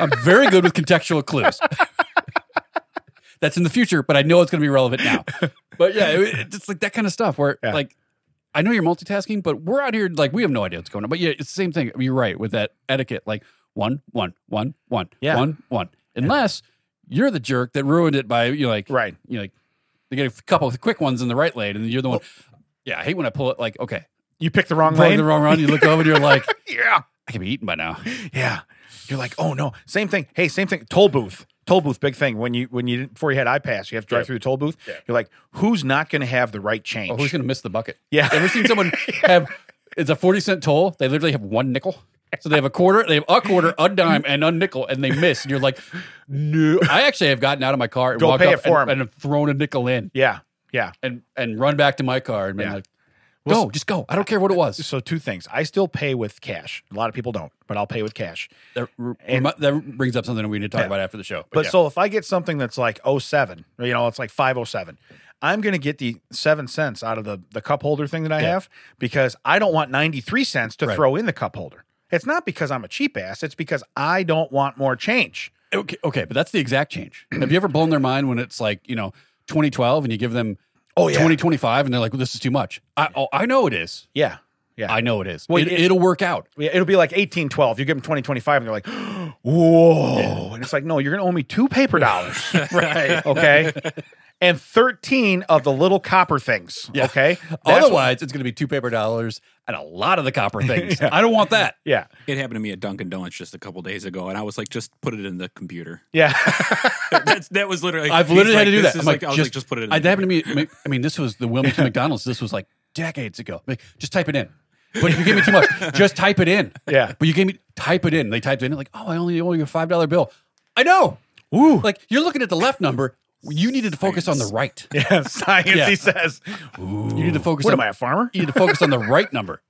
[SPEAKER 1] I'm very good with contextual clues." That's in the future, but I know it's going to be relevant now. But yeah, it, it's just like that kind of stuff where
[SPEAKER 2] Yeah.
[SPEAKER 1] like I know you're multitasking, but we're out here like we have no idea what's going on. But yeah, it's the same thing. You're right with that etiquette, like one, one, one, one,
[SPEAKER 2] Yeah.
[SPEAKER 1] one, one. Unless you're the jerk that ruined it by you know, like
[SPEAKER 2] Right.
[SPEAKER 1] you know, like they get a couple of quick ones in the right lane, and you're the one. Yeah, I hate when I pull it. Like okay,
[SPEAKER 2] You picked the wrong
[SPEAKER 1] pulling
[SPEAKER 2] lane.
[SPEAKER 1] the wrong run. You look over, and you're like,
[SPEAKER 2] yeah.
[SPEAKER 1] I can be eaten by now.
[SPEAKER 2] Yeah. You're like, oh no, same thing. Hey, same thing. Toll booth. Toll booth, big thing. When you when you didn't- before you had iPass, you have to drive
[SPEAKER 1] Yeah.
[SPEAKER 2] through the toll booth.
[SPEAKER 1] Yeah.
[SPEAKER 2] You're like, who's not going to have the right change?
[SPEAKER 1] Oh, who's gonna miss the bucket?
[SPEAKER 2] Yeah.
[SPEAKER 1] ever seen someone have? It's a forty cent toll. They literally have one nickel. So they have a quarter, they have a quarter, a dime, and a nickel, and they miss. And you're like, no. I actually have gotten out of my car and
[SPEAKER 2] Go
[SPEAKER 1] walked
[SPEAKER 2] pay
[SPEAKER 1] up
[SPEAKER 2] it for
[SPEAKER 1] and,
[SPEAKER 2] 'em.
[SPEAKER 1] and thrown a nickel in
[SPEAKER 2] yeah, yeah.
[SPEAKER 1] and and run back to my car and been
[SPEAKER 2] Yeah.
[SPEAKER 1] like,
[SPEAKER 2] Well,
[SPEAKER 1] go, just go. I don't care what it was.
[SPEAKER 2] So two things. I still pay with cash. A lot of people don't, but I'll pay with cash.
[SPEAKER 1] That, re-
[SPEAKER 2] and-
[SPEAKER 1] remi- that brings up something we need to talk
[SPEAKER 2] Yeah.
[SPEAKER 1] about after the show.
[SPEAKER 2] But
[SPEAKER 1] yeah.
[SPEAKER 2] so if I get something that's like 07, or, you know, it's like 507, I'm going to get the 7 cents out of the the cup holder thing that I
[SPEAKER 1] Yeah.
[SPEAKER 2] have because I don't want 93 cents to
[SPEAKER 1] Right.
[SPEAKER 2] throw in the cup holder. It's not because I'm a cheap ass, it's because I don't want more change.
[SPEAKER 1] okay, okay, but that's the exact change. have you ever blown their mind when it's like you know 2012 and you give them
[SPEAKER 2] Oh yeah.
[SPEAKER 1] 2025 and they're like, well, this is too much. I oh, I know it is.
[SPEAKER 2] Yeah. Yeah.
[SPEAKER 1] I know it is.
[SPEAKER 2] Well,
[SPEAKER 1] it,
[SPEAKER 2] it-
[SPEAKER 1] it'll work out.
[SPEAKER 2] Yeah, it'll be like eighteen twelve. You give them twenty twenty five, and they're like, whoa. And it's like, no, you're going to owe me two paper dollars. right. Okay. And 13 of the little copper things.
[SPEAKER 1] Yeah.
[SPEAKER 2] Okay. That's-
[SPEAKER 1] Otherwise, it's going to be two paper dollars and a lot of the copper things. I don't want that.
[SPEAKER 2] yeah.
[SPEAKER 3] it happened to me at Dunkin' Donuts just a couple days ago, and I was like, just put it in the computer.
[SPEAKER 2] Yeah.
[SPEAKER 3] That's, that was literally.
[SPEAKER 1] I've
[SPEAKER 3] he's
[SPEAKER 1] literally
[SPEAKER 3] like,
[SPEAKER 1] had to do
[SPEAKER 3] this
[SPEAKER 1] that.
[SPEAKER 3] is
[SPEAKER 1] I'm
[SPEAKER 3] like,
[SPEAKER 1] like,
[SPEAKER 3] I was
[SPEAKER 1] just,
[SPEAKER 3] like, just put it in.
[SPEAKER 1] I,
[SPEAKER 3] the
[SPEAKER 1] that happened to me. I mean, this was the Wilmington McDonald's. This was like decades ago. Like, just type it in. But you gave me too much. just type it in.
[SPEAKER 2] Yeah.
[SPEAKER 1] But you gave me type it in. They typed it in. Like, oh, I only owe you a five dollar bill. I know.
[SPEAKER 2] Ooh.
[SPEAKER 1] Like you're looking at the left number. You needed to focus on the right.
[SPEAKER 2] yeah. Science,
[SPEAKER 1] Yeah.
[SPEAKER 2] he says.
[SPEAKER 1] You need to focus
[SPEAKER 2] What
[SPEAKER 1] on
[SPEAKER 2] am I, a farmer?
[SPEAKER 1] you need to focus on the right number.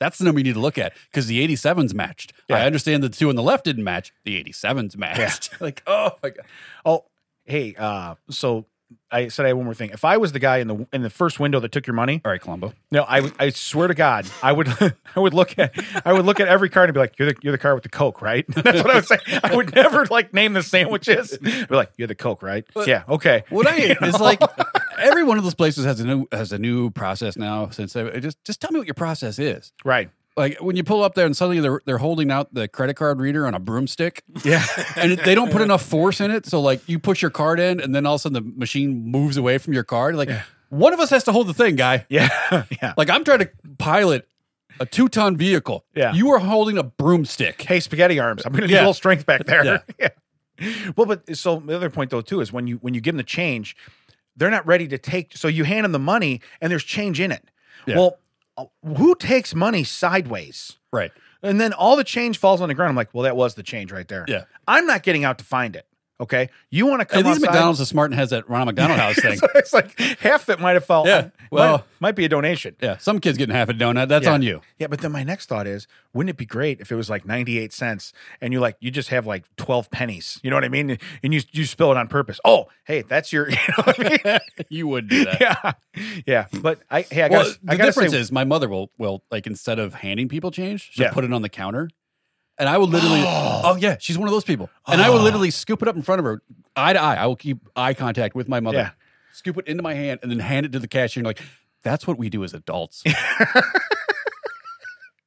[SPEAKER 1] That's the number you need to look at because the 87s matched.
[SPEAKER 2] Yeah.
[SPEAKER 1] I understand the two on the left didn't match. The 87s matched. like, oh my God.
[SPEAKER 2] Oh, hey, uh, so I said I had one more thing. If I was the guy in the in the first window that took your money,
[SPEAKER 1] All right, Columbo.
[SPEAKER 2] no, I I swear to God, I would I would look at I would look at every card and be like, You're the you're the car with the Coke, right? That's what I would say. I would never like name the sandwiches. Be like, You're the Coke, right? yeah, okay.
[SPEAKER 1] What I hate is like every one of those places has a new has a new process now. Since I, just just tell me what your process is.
[SPEAKER 2] Right.
[SPEAKER 1] Like when you pull up there and suddenly they're they're holding out the credit card reader on a broomstick,
[SPEAKER 2] Yeah.
[SPEAKER 1] and it- they don't put enough force in it. So like you push your card in, and then all of a sudden the machine moves away from your card. Like one of us has to hold the thing, guy.
[SPEAKER 2] Yeah. Yeah.
[SPEAKER 1] Like I'm trying to pilot a two ton vehicle.
[SPEAKER 2] Yeah.
[SPEAKER 1] You are holding a broomstick.
[SPEAKER 2] hey spaghetti arms i'm gonna need
[SPEAKER 1] Yeah.
[SPEAKER 2] a little strength back there
[SPEAKER 1] Yeah.
[SPEAKER 2] yeah. well but so the other point though too is when you when you give them the change they're not ready to take so you hand them the money and there's change in it
[SPEAKER 1] Yeah.
[SPEAKER 2] well uh, who takes money sideways
[SPEAKER 1] Right.
[SPEAKER 2] and then all the change falls on the ground i'm like well that was the change right there
[SPEAKER 1] Yeah.
[SPEAKER 2] i'm not getting out to find it Okay, you want to come
[SPEAKER 1] At least
[SPEAKER 2] outside?
[SPEAKER 1] McDonald's is smart and has that Ronald McDonald House thing.
[SPEAKER 2] So it's like half that might have fallen.
[SPEAKER 1] Yeah, well-
[SPEAKER 2] might, might be a donation.
[SPEAKER 1] Yeah, some kid's getting half a donut. That's
[SPEAKER 2] Yeah.
[SPEAKER 1] on you.
[SPEAKER 2] Yeah, but then my next thought is, wouldn't it be great if it was like ninety eight cents and you like you just have like twelve pennies? You know what I mean? And you you spill it on purpose. Oh, hey, that's your. You know what I mean?
[SPEAKER 1] you would do that.
[SPEAKER 2] yeah, yeah. But I hey, I
[SPEAKER 1] well,
[SPEAKER 2] got to
[SPEAKER 1] the
[SPEAKER 2] I gotta
[SPEAKER 1] difference
[SPEAKER 2] say,
[SPEAKER 1] is my mother will will like instead of handing people change, she'll
[SPEAKER 2] Yeah.
[SPEAKER 1] put it on the counter, and I will literally.
[SPEAKER 2] Oh.
[SPEAKER 1] oh. yeah, she's one of those people, and I will
[SPEAKER 2] Oh.
[SPEAKER 1] literally scoop it up in front of her, eye to eye. I will keep eye contact with my mother,
[SPEAKER 2] Yeah.
[SPEAKER 1] scoop it into my hand, and then hand it to the cashier. And like that's what we do as adults.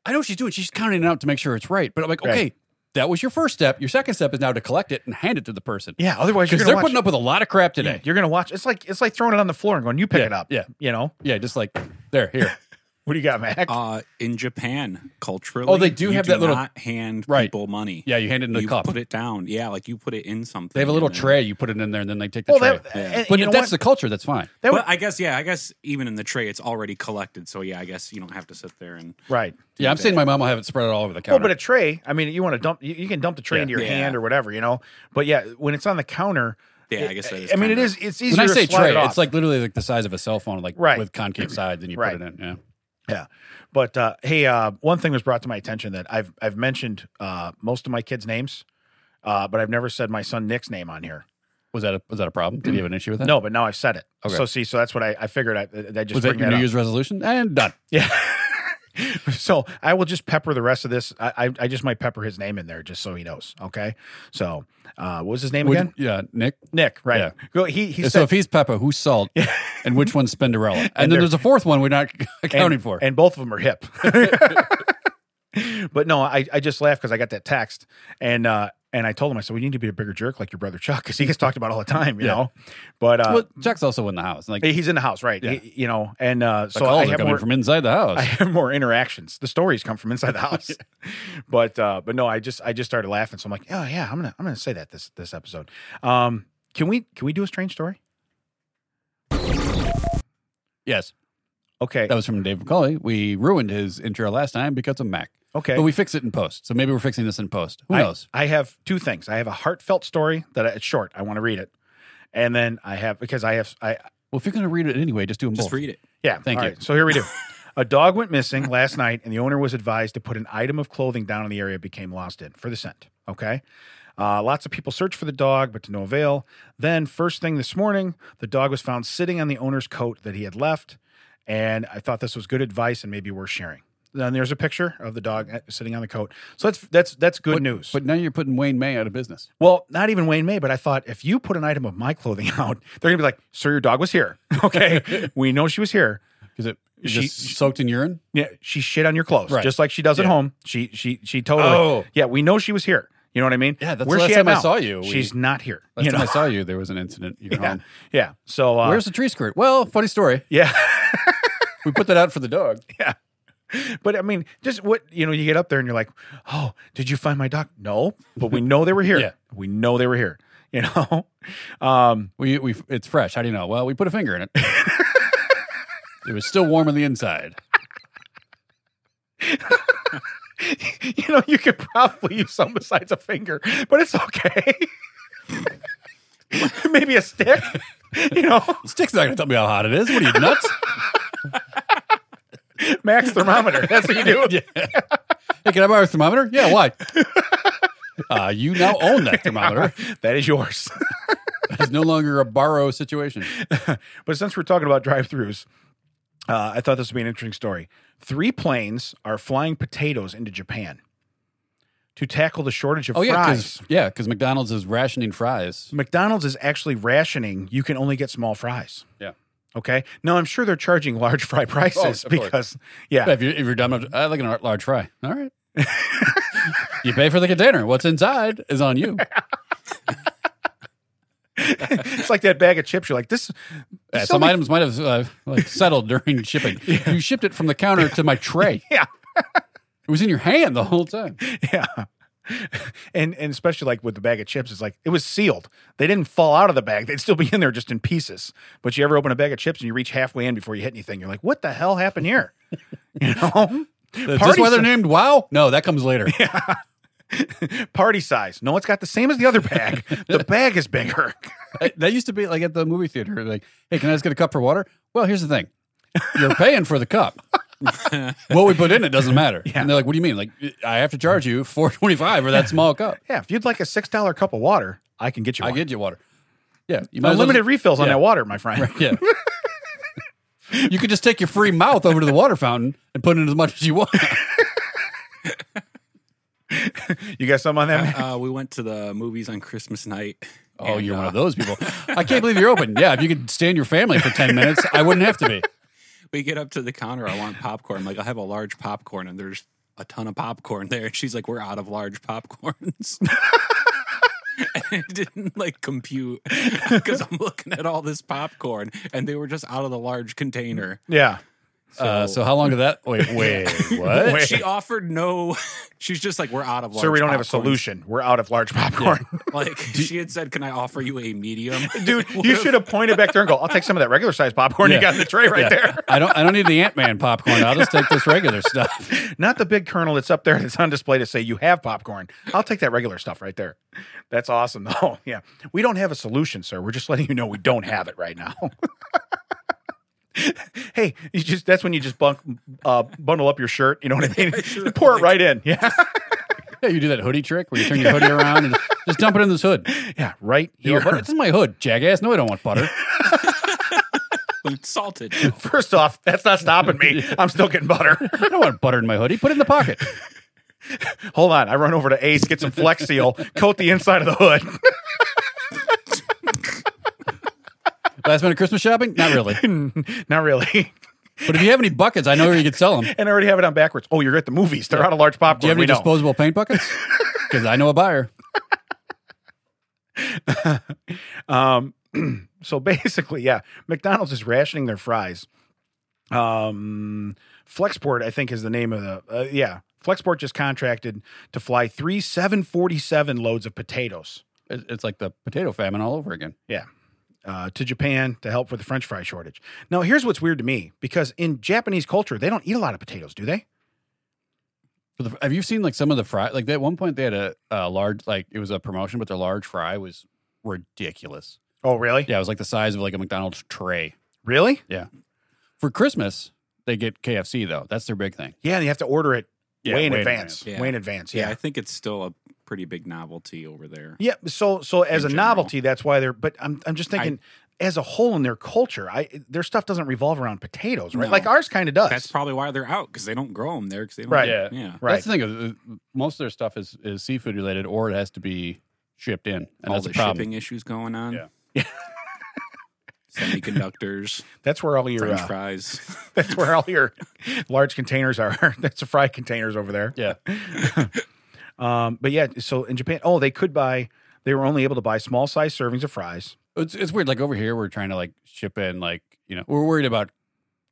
[SPEAKER 1] I know what she's doing. She's counting it out to make sure it's right. But I'm like,
[SPEAKER 2] Right.
[SPEAKER 1] okay, that was your first step. Your second step is now to collect it and hand it to the person
[SPEAKER 2] yeah. Otherwise, you're
[SPEAKER 1] because
[SPEAKER 2] gonna
[SPEAKER 1] they're
[SPEAKER 2] watch,
[SPEAKER 1] putting up with a lot of crap today.
[SPEAKER 2] You're gonna watch. It's like it's like throwing it on the floor and going, "You pick
[SPEAKER 1] Yeah,
[SPEAKER 2] it up."
[SPEAKER 1] yeah.
[SPEAKER 2] you know.
[SPEAKER 1] Yeah, just like there, here.
[SPEAKER 2] What do you got, Mac?
[SPEAKER 3] Uh, in Japan, culturally,
[SPEAKER 1] Oh, they do
[SPEAKER 3] you
[SPEAKER 1] have that little-
[SPEAKER 3] not hand
[SPEAKER 1] Right.
[SPEAKER 3] people money.
[SPEAKER 1] Yeah, you hand it in the
[SPEAKER 3] you
[SPEAKER 1] cup.
[SPEAKER 3] put it down. Yeah, like you put it in something.
[SPEAKER 1] They have a little
[SPEAKER 3] and then-
[SPEAKER 1] tray. You put it in there, and then they take the
[SPEAKER 2] well,
[SPEAKER 1] tray.
[SPEAKER 2] that,
[SPEAKER 3] Yeah.
[SPEAKER 2] and,
[SPEAKER 1] but
[SPEAKER 2] you
[SPEAKER 1] if
[SPEAKER 2] know
[SPEAKER 1] that's
[SPEAKER 2] what?
[SPEAKER 1] the culture, that's fine.
[SPEAKER 2] That would-
[SPEAKER 3] But I guess yeah, I guess even in the tray, it's already collected. So yeah, I guess you don't have to sit there and
[SPEAKER 2] right.
[SPEAKER 1] Yeah, I'm saying my mom will have it spread out all over the
[SPEAKER 2] Well,
[SPEAKER 1] counter.
[SPEAKER 2] but a tray. I mean, you want to dump. You, you can dump the tray
[SPEAKER 1] Yeah.
[SPEAKER 2] into your
[SPEAKER 3] Yeah.
[SPEAKER 2] hand or whatever, you know. But yeah, when it's on the counter,
[SPEAKER 3] yeah, I
[SPEAKER 2] it-
[SPEAKER 3] guess that is
[SPEAKER 2] I mean, it
[SPEAKER 3] kinda-
[SPEAKER 2] is. It's easier.
[SPEAKER 1] when I say
[SPEAKER 2] to slide
[SPEAKER 1] tray,
[SPEAKER 2] it off.
[SPEAKER 1] it's like literally like the size of a cell phone, like
[SPEAKER 2] Right.
[SPEAKER 1] with concave sides, and you
[SPEAKER 2] Right.
[SPEAKER 1] put it in. Yeah,
[SPEAKER 2] Yeah. But uh, hey, uh, one thing was brought to my attention that I've I've mentioned uh, most of my kids' names, uh, but I've never said my son Nick's name on here.
[SPEAKER 1] was that a, was that a problem? Did you have an issue with that?
[SPEAKER 2] Mm. No, but now I've said it.
[SPEAKER 1] Okay.
[SPEAKER 2] So see, so that's what I, I figured. I, I just
[SPEAKER 1] was that
[SPEAKER 2] bring
[SPEAKER 1] your
[SPEAKER 2] that
[SPEAKER 1] New
[SPEAKER 2] up.
[SPEAKER 1] Year's resolution? And done.
[SPEAKER 2] Yeah. so I will just pepper the rest of this. I, I I just might pepper his name in there just so he knows. Okay. So uh, what was his name
[SPEAKER 1] Would-
[SPEAKER 2] again?
[SPEAKER 1] yeah, Nick.
[SPEAKER 2] Nick. Right.
[SPEAKER 1] Yeah.
[SPEAKER 2] Go. He he
[SPEAKER 1] so
[SPEAKER 2] said.
[SPEAKER 1] if he's Peppa, who's Salt, and which one's Spinderella? And, then
[SPEAKER 2] they're-
[SPEAKER 1] there's a fourth one we're not accounting
[SPEAKER 2] and,
[SPEAKER 1] for.
[SPEAKER 2] And both of them are hip. but no, I, I just laughed because I got that text and uh and I told him I said we need to be a bigger jerk like your brother Chuck because he gets talked about all the time, you
[SPEAKER 1] Yeah.
[SPEAKER 2] know. But uh
[SPEAKER 1] well, Chuck's also in the house. Like the
[SPEAKER 2] he's in the house, right?
[SPEAKER 1] Yeah.
[SPEAKER 2] He- you know, and uh so I
[SPEAKER 1] calls are
[SPEAKER 2] have
[SPEAKER 1] coming
[SPEAKER 2] more
[SPEAKER 1] from inside the house.
[SPEAKER 2] I have more interactions. The stories come from inside the house. but uh but no, I just I just started laughing. So I'm like, oh yeah, I'm gonna I'm gonna say that this this episode. Um can we can we do a strange story?
[SPEAKER 1] yes,
[SPEAKER 2] Okay.
[SPEAKER 1] that was from Dave McCauley. We ruined his intro last time because of Mac,
[SPEAKER 2] Okay.
[SPEAKER 1] but we fixed it in post. So maybe we're fixing this in post. Who
[SPEAKER 2] I-
[SPEAKER 1] knows?
[SPEAKER 2] I, have two things. I have a heartfelt story that I, it's short. I want to read it, and then I have because I have I
[SPEAKER 1] Well, if you're going to read it anyway, just do them
[SPEAKER 3] just
[SPEAKER 1] both.
[SPEAKER 3] read it.
[SPEAKER 2] yeah.
[SPEAKER 1] Thank
[SPEAKER 2] all
[SPEAKER 1] you.
[SPEAKER 2] so here we do. a dog went missing last night, and the owner was advised to put an item of clothing down in the area it became lost in for the scent. Okay. Uh, lots of people searched for the dog, but to no avail. Then, first thing this morning, the dog was found sitting on the owner's coat that he had left. And I thought this was good advice and maybe worth sharing. Then there's a picture of the dog uh, sitting on the coat. So that's that's that's good
[SPEAKER 1] But-
[SPEAKER 2] news.
[SPEAKER 1] But now you're putting Wayne May out of business.
[SPEAKER 2] Well, not even Wayne May, but I thought if you put an item of my clothing out, they're gonna be like, "Sir, your dog was here. Okay, we know she was here.
[SPEAKER 1] Because it it's
[SPEAKER 2] She-
[SPEAKER 1] just soaked in urine?
[SPEAKER 2] Yeah, she shit on your clothes,
[SPEAKER 1] Right.
[SPEAKER 2] just like she does at
[SPEAKER 1] Yeah.
[SPEAKER 2] home. She she she totally.
[SPEAKER 1] Oh.
[SPEAKER 2] yeah, we know she was here. You know what I mean?
[SPEAKER 1] Yeah, that's
[SPEAKER 2] Where's
[SPEAKER 1] the last
[SPEAKER 2] she at
[SPEAKER 1] time I
[SPEAKER 2] now?
[SPEAKER 1] saw you. We-
[SPEAKER 2] She's not here.
[SPEAKER 1] Last
[SPEAKER 2] you
[SPEAKER 1] time I
[SPEAKER 2] know?
[SPEAKER 1] saw you, there was an incident. at Your
[SPEAKER 2] yeah,
[SPEAKER 1] home.
[SPEAKER 2] yeah. So uh,
[SPEAKER 1] Where's the tree skirt? Well, funny story.
[SPEAKER 2] yeah,
[SPEAKER 1] We put that out for the dog.
[SPEAKER 2] but I mean, just what you know, you get up there and you're like, "Oh, did you find my dog? No, but we know they were here.
[SPEAKER 1] Yeah.
[SPEAKER 2] We know they were here. You know, um,
[SPEAKER 1] We, we it's fresh. How do you know? Well, we put a finger in it. it was still warm on the inside.
[SPEAKER 2] you know, you could probably use some besides a finger, but it's okay. Maybe a stick, you know,
[SPEAKER 1] Stick's not going to tell me how hot it is. What are you nuts?
[SPEAKER 2] max thermometer. That's what you do.
[SPEAKER 1] yeah. Hey, can I borrow a thermometer? Yeah. Why? Uh, you now own that thermometer.
[SPEAKER 2] That is yours.
[SPEAKER 1] It's no longer a borrow situation.
[SPEAKER 2] but since we're talking about drive-throughs, uh, I thought this would be an interesting story. Three planes are flying potatoes into Japan to tackle the shortage of
[SPEAKER 1] Oh yeah,
[SPEAKER 2] fries.
[SPEAKER 1] because yeah, because McDonald's is rationing fries.
[SPEAKER 2] McDonald's is actually rationing. You can only get small fries.
[SPEAKER 1] Yeah.
[SPEAKER 2] Okay. Now I'm sure they're charging large fry prices
[SPEAKER 1] of course.
[SPEAKER 2] because yeah,
[SPEAKER 1] If you're if you're dumb enough, to- I like an art- large fry. All right. you pay for the container. What's inside is on you.
[SPEAKER 2] it's like that bag of chips. You're like this.
[SPEAKER 1] Yeah,
[SPEAKER 2] so
[SPEAKER 1] some
[SPEAKER 2] many-
[SPEAKER 1] items might have uh, like settled during shipping. You shipped it from the counter to my tray.
[SPEAKER 2] Yeah.
[SPEAKER 1] It was in your hand the whole time.
[SPEAKER 2] Yeah. And and especially like with the bag of chips, it's like it was sealed. They didn't fall out of the bag; they'd still be in there just in pieces. But you ever open a bag of chips and you reach halfway in before you hit anything, you're like, "What the hell happened here?" You know,
[SPEAKER 1] Is this
[SPEAKER 2] Party
[SPEAKER 1] why they're
[SPEAKER 2] sa-
[SPEAKER 1] named Wow? No, that comes later.
[SPEAKER 2] Party size. No, it's got the same as the other bag. the bag is bigger.
[SPEAKER 1] that used to be like at the movie theater. Like, hey, can I just get a cup for water? Well, here's the thing. You're paying for the cup. what we put in it doesn't matter.
[SPEAKER 2] Yeah.
[SPEAKER 1] And they're like, what do you mean? Like, I have to charge you four twenty five for that small cup.
[SPEAKER 2] Yeah, if you'd like a six dollar cup of water, I can get you.
[SPEAKER 1] I
[SPEAKER 2] One.
[SPEAKER 1] get you water. Yeah, you might as well
[SPEAKER 2] unlimited refills on
[SPEAKER 1] yeah.
[SPEAKER 2] that water, my friend.
[SPEAKER 1] just- yeah. You could just take your free mouth over to the water fountain and put in as much as you want.
[SPEAKER 2] You got some on that? man?
[SPEAKER 3] Uh, we went to the movies on Christmas night.
[SPEAKER 1] Oh,
[SPEAKER 3] and,
[SPEAKER 1] you're one
[SPEAKER 3] uh,
[SPEAKER 1] of those people. I can't believe you're open. Yeah, if you could stay in your family for 10 minutes, I wouldn't have to be.
[SPEAKER 3] We get up to the counter. I want popcorn. I'm like, I'll have a large popcorn, and there's a ton of popcorn there. And she's like, We're out of large popcorns. and it didn't like compute because I'm looking at all this popcorn, and they were just out of the large container.
[SPEAKER 2] yeah.
[SPEAKER 1] So, uh, so how long did that? Wait, wait, what?
[SPEAKER 2] Wait.
[SPEAKER 3] She offered no. She's just like, We're out of large.
[SPEAKER 2] Sir, we don't have a
[SPEAKER 3] popcorns."
[SPEAKER 2] solution. We're out of large popcorn.
[SPEAKER 3] Like she had said, Can I offer you a medium?
[SPEAKER 2] Dude, you should have pointed back there and go, I'll take some of that regular size popcorn you
[SPEAKER 1] Yeah.
[SPEAKER 2] got in the tray right
[SPEAKER 1] Yeah.
[SPEAKER 2] there.
[SPEAKER 1] I don't. I don't need the Ant Man popcorn. I'll just take this regular stuff.
[SPEAKER 2] Not the big kernel that's up there that's on display to say you have popcorn. I'll take that regular stuff right there. That's awesome though. Yeah. We don't have a solution, sir. We're just letting you know we don't have it right now. hey, you just that's when you just bunk uh, bundle up your shirt, you know what I mean?
[SPEAKER 3] sure.
[SPEAKER 2] Pour it right in. Yeah.
[SPEAKER 1] Yeah, you do that hoodie trick where you turn your hoodie around and just dump it in this hood.
[SPEAKER 2] Yeah, right
[SPEAKER 1] You know,
[SPEAKER 2] here.
[SPEAKER 1] "Butter- this is my hood, jackass. No, I don't want butter.
[SPEAKER 3] salted.
[SPEAKER 2] First off, that's not stopping me. I'm still getting butter.
[SPEAKER 1] I don't want butter in my hoodie. Put it in the pocket.
[SPEAKER 2] Hold on. I run over to Ace, get some Flex Seal, coat the inside of the hood.
[SPEAKER 1] Last minute Christmas shopping? Not really.
[SPEAKER 2] Not really.
[SPEAKER 1] But if you have any buckets, I know where you could sell them.
[SPEAKER 2] And I already have it on backwards. Oh, you're at the movies. They're out of large popcorn.
[SPEAKER 1] Do you have
[SPEAKER 2] we
[SPEAKER 1] any
[SPEAKER 2] know.
[SPEAKER 1] disposable paint buckets? Because I know a buyer.
[SPEAKER 2] Um, so basically, yeah, McDonald's is rationing their fries. Um, Flexport, I think, is the name of the uh, yeah. Flexport just contracted to fly three 747 loads of potatoes
[SPEAKER 1] It- It's like the potato famine all over again.
[SPEAKER 2] uh, to Japan to help with the French fry shortage. Now, here's what's weird to me because in Japanese culture, they don't eat a lot of potatoes, do they?
[SPEAKER 1] But the, have you seen like some of the fry? Like at one point they had a, a large like it was a promotion, but their large fry was ridiculous.
[SPEAKER 2] Oh, really?
[SPEAKER 1] Yeah, it was like the size of like a McDonald's tray.
[SPEAKER 2] Really?
[SPEAKER 1] For Christmas, they get KFC though. That's their big thing.
[SPEAKER 2] Yeah, and you have to order it
[SPEAKER 1] Yeah,
[SPEAKER 2] way in advance.
[SPEAKER 3] advance. Yeah.
[SPEAKER 2] Way in advance.
[SPEAKER 3] Yeah,
[SPEAKER 2] Yeah.
[SPEAKER 3] I think it's still a pretty big novelty over there.
[SPEAKER 2] Yeah. So so as a
[SPEAKER 3] In general.
[SPEAKER 2] novelty, that's why they're. But I'm I'm just thinking. as a whole in their culture, I their stuff doesn't revolve around potatoes, right?
[SPEAKER 3] No.
[SPEAKER 2] Like ours kind of does.
[SPEAKER 3] That's probably why they're out because they don't grow them there because they don't.
[SPEAKER 2] Right.
[SPEAKER 1] Yeah.
[SPEAKER 3] Yeah.
[SPEAKER 2] right.
[SPEAKER 1] That's the thing. is, uh, Most of their stuff is, is seafood related, or it has to be shipped in, and
[SPEAKER 3] All
[SPEAKER 1] that's
[SPEAKER 3] the
[SPEAKER 1] a problem.
[SPEAKER 3] shipping issues going on.
[SPEAKER 1] Yeah.
[SPEAKER 3] Semiconductors,
[SPEAKER 2] That's where all your
[SPEAKER 3] French
[SPEAKER 2] uh,
[SPEAKER 3] fries.
[SPEAKER 2] that's where all your large containers are. that's the fry containers over there.
[SPEAKER 1] Yeah,
[SPEAKER 2] Um, but yeah, so in Japan, oh, they could buy. They were only able to buy small size servings of fries.
[SPEAKER 1] it's it's weird. Like over here, we're trying to like ship in like you know we're worried about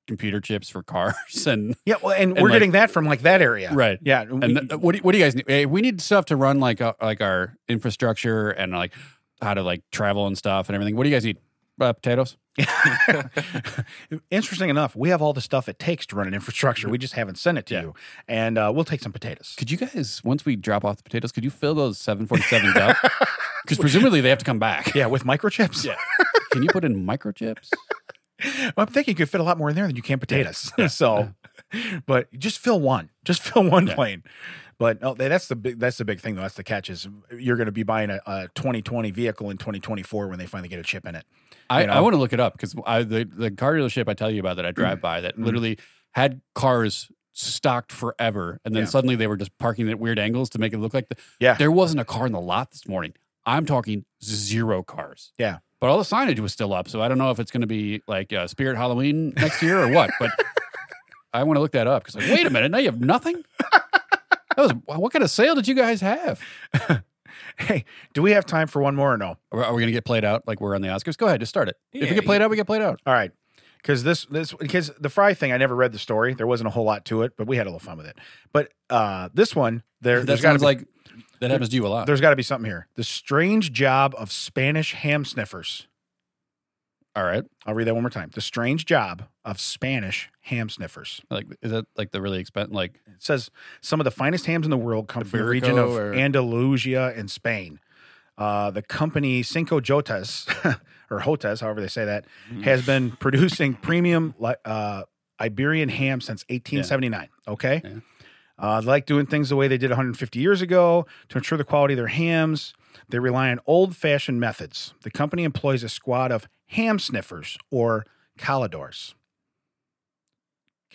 [SPEAKER 1] computer chips for cars and
[SPEAKER 2] Yeah, well, and,
[SPEAKER 1] And
[SPEAKER 2] we're
[SPEAKER 1] like-
[SPEAKER 2] getting that from like that area,
[SPEAKER 1] right.
[SPEAKER 2] Yeah, we-
[SPEAKER 1] And th- what do, what do you guys need? eh, We need stuff to run like uh, like our infrastructure and like how to like travel and stuff and everything. What do you guys need? Uh, potatoes.
[SPEAKER 2] interesting enough, we have all the stuff it takes to run an infrastructure. We just haven't sent it to
[SPEAKER 1] Yeah.
[SPEAKER 2] you, and uh, we'll take some potatoes.
[SPEAKER 1] Could you guys once we drop off the potatoes, could you fill those seven forty sevens up? Because presumably they have to come back.
[SPEAKER 2] Yeah, with microchips.
[SPEAKER 1] Yeah. Can you put in microchips?
[SPEAKER 2] Well, I'm thinking you could fit a lot more in there than you can potatoes. so, but just fill one, just fill one plane. But no, that- that's the big, that's the big thing though. That's the catch is you're going to be buying a, a 2020 vehicle in 2024 when they finally get a chip in it.
[SPEAKER 1] I,
[SPEAKER 2] You know? Mm-hmm.
[SPEAKER 1] I want to look it up because I the, the car dealership I tell you about that I drive by that literally had cars stocked forever and then
[SPEAKER 2] Yeah.
[SPEAKER 1] suddenly they were just parking at weird angles to make it look like the,
[SPEAKER 2] Yeah.
[SPEAKER 1] there wasn't a car in the lot this morning. I'm talking zero cars.
[SPEAKER 2] Yeah.
[SPEAKER 1] But all the signage was still up, so I don't know if it's going to be like uh, Spirit Halloween next year or what. But I want to look that up because like, wait a minute, now you have nothing. That was what kind of sale did you guys have?
[SPEAKER 2] Hey, do we have time for one more or no?
[SPEAKER 1] Are, are we going to get played out like we're on the Oscars? Go ahead, just start it. if
[SPEAKER 3] Yeah,
[SPEAKER 1] we get played out, we get played out.
[SPEAKER 2] All right. Because this, this, because the fry thing, I never read the story. There wasn't a whole lot to it, but we had a little fun with it. But uh, this one, there,
[SPEAKER 1] That
[SPEAKER 2] there's got to
[SPEAKER 1] sounds
[SPEAKER 2] be,
[SPEAKER 1] like that happens to you a lot.
[SPEAKER 2] there's got to be something here. The strange job of Spanish ham sniffers.
[SPEAKER 1] All right.
[SPEAKER 2] I'll read that one more time. The strange job of Spanish ham sniffers.
[SPEAKER 1] Like, is that like the really expensive? Like,
[SPEAKER 2] It says some of the finest hams in the world come
[SPEAKER 1] The
[SPEAKER 2] from the
[SPEAKER 1] Birico
[SPEAKER 2] region of
[SPEAKER 1] or-
[SPEAKER 2] Andalusia and Spain. Uh, the company Cinco Jotas, or Jotas, however they say that,
[SPEAKER 1] Mm.
[SPEAKER 2] has been producing premium li- uh, Iberian ham since 1879. Okay.
[SPEAKER 1] Yeah.
[SPEAKER 2] Uh, they like doing things the way they did 150 years ago to ensure the quality of their hams. They rely on old fashioned methods. The company employs a squad of ham sniffers or calidors.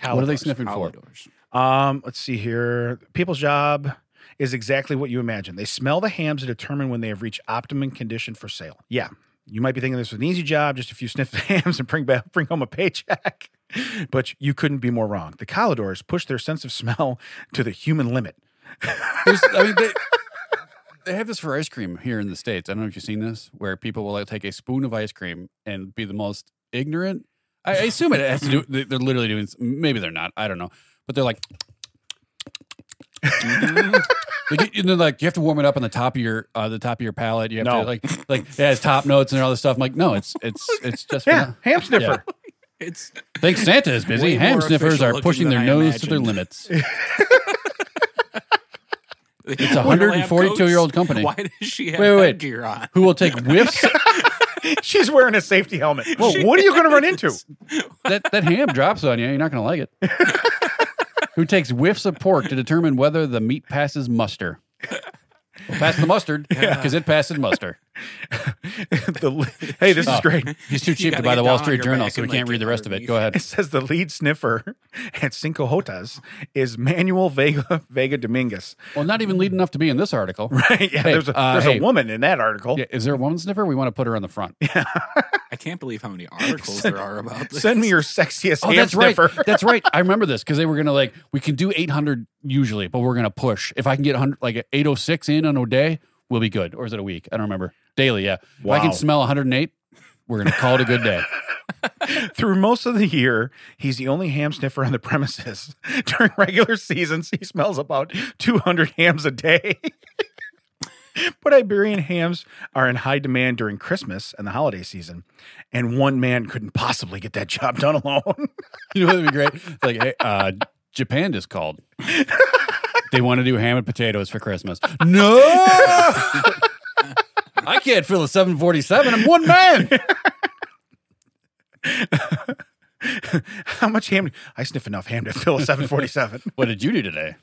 [SPEAKER 1] what are they
[SPEAKER 2] Calidors.
[SPEAKER 1] sniffing for?
[SPEAKER 3] Commodores.
[SPEAKER 2] Um, let's see here. People's job is exactly what you imagine. They smell the hams to determine when they have reached optimum condition for sale. Yeah. You might be thinking this was an easy job, just a few sniff the hams and bring back bring home a paycheck. But you couldn't be more wrong. The Calidors push their sense of smell to the human limit.
[SPEAKER 1] There's- I mean, they, they have this for ice cream here in the states. I don't know if you've seen this, where people will like, take a spoon of ice cream and be the most ignorant. I, I assume it has to do. they- They're literally doing. Maybe they're not. I don't know. But they're like,
[SPEAKER 3] Mhm.
[SPEAKER 1] like you know, like you have to warm it up on the top of your uh, the top of your palate. You have
[SPEAKER 2] No.
[SPEAKER 1] to like like yeah, it's top notes and all this stuff. I'm like, no, it's it's it's just for
[SPEAKER 2] Yeah,
[SPEAKER 1] now.
[SPEAKER 2] ham sniffer.
[SPEAKER 3] it's
[SPEAKER 1] Thanks, Santa is busy.
[SPEAKER 3] Way
[SPEAKER 1] Ham
[SPEAKER 3] more
[SPEAKER 1] sniffers
[SPEAKER 3] official
[SPEAKER 1] are
[SPEAKER 3] looking
[SPEAKER 1] pushing
[SPEAKER 3] than
[SPEAKER 1] their
[SPEAKER 3] I
[SPEAKER 1] nose to their
[SPEAKER 3] imagined.
[SPEAKER 1] limits. It's a 142 year old company
[SPEAKER 3] Why does she have
[SPEAKER 1] Wait, wait, wait.
[SPEAKER 3] gear on?
[SPEAKER 1] who will take whiffs.
[SPEAKER 2] She's wearing a safety helmet. Well,
[SPEAKER 3] She
[SPEAKER 2] what are you going to run into?
[SPEAKER 3] is.
[SPEAKER 1] that that ham drops on you. You're not going to like it. who takes whiffs of pork to determine whether the meat passes muster? Well, pass the mustard because it passes muster.
[SPEAKER 2] The li- hey, this is
[SPEAKER 1] Oh.
[SPEAKER 2] great.
[SPEAKER 1] He's too
[SPEAKER 3] You
[SPEAKER 1] cheap to
[SPEAKER 3] gotta
[SPEAKER 1] buy the
[SPEAKER 3] get
[SPEAKER 1] Wall
[SPEAKER 3] down on
[SPEAKER 1] Street
[SPEAKER 3] your
[SPEAKER 1] Journal,
[SPEAKER 3] back
[SPEAKER 1] so we
[SPEAKER 3] and,
[SPEAKER 1] can't
[SPEAKER 3] like,
[SPEAKER 1] read the
[SPEAKER 3] get
[SPEAKER 1] rest of it.
[SPEAKER 3] underneath.
[SPEAKER 1] Go ahead.
[SPEAKER 2] It says the lead sniffer at Cinco Jotas is Manuel Vega Vega Dominguez.
[SPEAKER 1] Well, not even lead enough to be in this article.
[SPEAKER 2] Right? Yeah.
[SPEAKER 1] Hey,
[SPEAKER 2] there's a,
[SPEAKER 1] uh,
[SPEAKER 2] there's
[SPEAKER 1] hey.
[SPEAKER 2] a woman in that article.
[SPEAKER 1] Yeah, is there a woman sniffer? We want to put her on the front.
[SPEAKER 3] I can't believe how many articles there are about this.
[SPEAKER 2] Send me your sexiest
[SPEAKER 1] Oh,
[SPEAKER 2] ham
[SPEAKER 1] that's
[SPEAKER 2] sniffer.
[SPEAKER 1] right. That's right. I remember this because they were gonna like we can do 800 usually, but we're gonna push. If I can get 100 like 806 in on a day, we'll be good. Or is it a week? I don't remember. Daily, yeah. If I
[SPEAKER 2] Wow.
[SPEAKER 1] can smell 108, we're gonna call it a good day.
[SPEAKER 2] Through most of the year, he's the only ham sniffer on the premises. During regular seasons, he smells about 200 hams a day. but Iberian hams are in high demand during Christmas and the holiday season, and one man couldn't possibly get that job done alone.
[SPEAKER 1] you know, that'd be great. It's Like hey, uh, Japan just called. they want to do ham and potatoes for Christmas. No. I can't fill a 747. I'm one man.
[SPEAKER 2] How much ham? I sniff enough ham to fill a 747.
[SPEAKER 1] What did you do today?